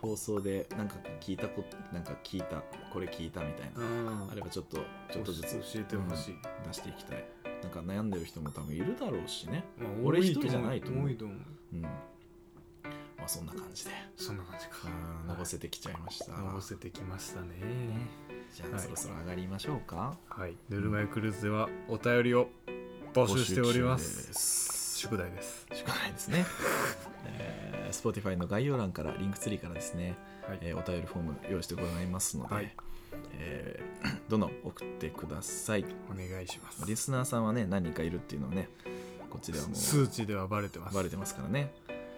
S2: 放送でなんか聞いたことなんか聞いたこれ聞いたみたいな、
S1: ん
S2: あればちょっとちょっとずつ
S1: 教えてほしい、
S2: 出していきたいなんか悩んでる人も多分いるだろうしね
S1: まあ
S2: 俺
S1: 多
S2: 一人じゃないと思う
S1: 多いと思う
S2: うんまあそんな感じで
S1: そんな感じか
S2: あーのぼせてきちゃいました
S1: のぼせてきましたね
S2: ねじゃあ、
S1: はい
S2: そろそろ上がりましょうか
S1: はいぬるま湯クルーズではお便りを募集しておりま
S2: 募集中
S1: す
S2: です
S1: 宿題です
S2: しかないですね、えー、Spotify の概要欄からリンクツリーからですね、
S1: はい
S2: えーお便りフォーム用意してございますので、
S1: はい
S2: えーどんどん送ってください
S1: お願いします
S2: リスナーさんはね何人かいるっていうのはねこっちではもう
S1: 数値ではバレてます
S2: バレてますからね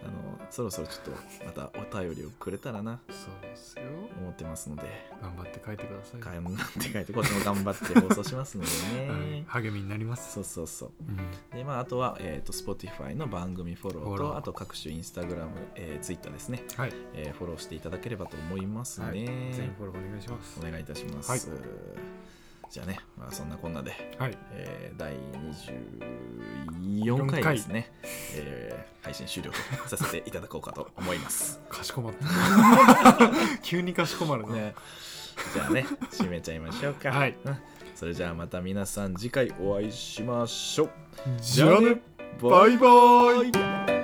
S2: あのそろそろちょっとまたお便りをくれたらな
S1: そうですよ
S2: 思ってますので
S1: 頑張って書いてください、
S2: かなんて書いてこっちも頑張って放送しますので
S1: はい
S2: ね
S1: 励みになります、
S2: そうそうそう
S1: うん
S2: でまあ、あとは、えー、と Spotify の番組フォロー
S1: フォ
S2: と
S1: ロー
S2: あと各種 Instagram、えー、Twitter ですね、
S1: はい、
S2: えーフォローしていただければと思いますね、
S1: はい、全員フォローお願いします
S2: お願いいたします、
S1: はい
S2: じゃあね、まあ、そんなこんなで、
S1: はい
S2: えー第24回
S1: 四回
S2: ですね、えー配信終了とさせていただこうかと思い ます、
S1: かしこまった急にかしこまるね
S2: ね、じゃあね締めちゃいましょうか、
S1: はい
S2: うんそれじゃあまた皆さん次回お会いしましょう
S1: じゃあね
S2: バ
S1: バ
S2: イ
S1: イバイ
S2: バイ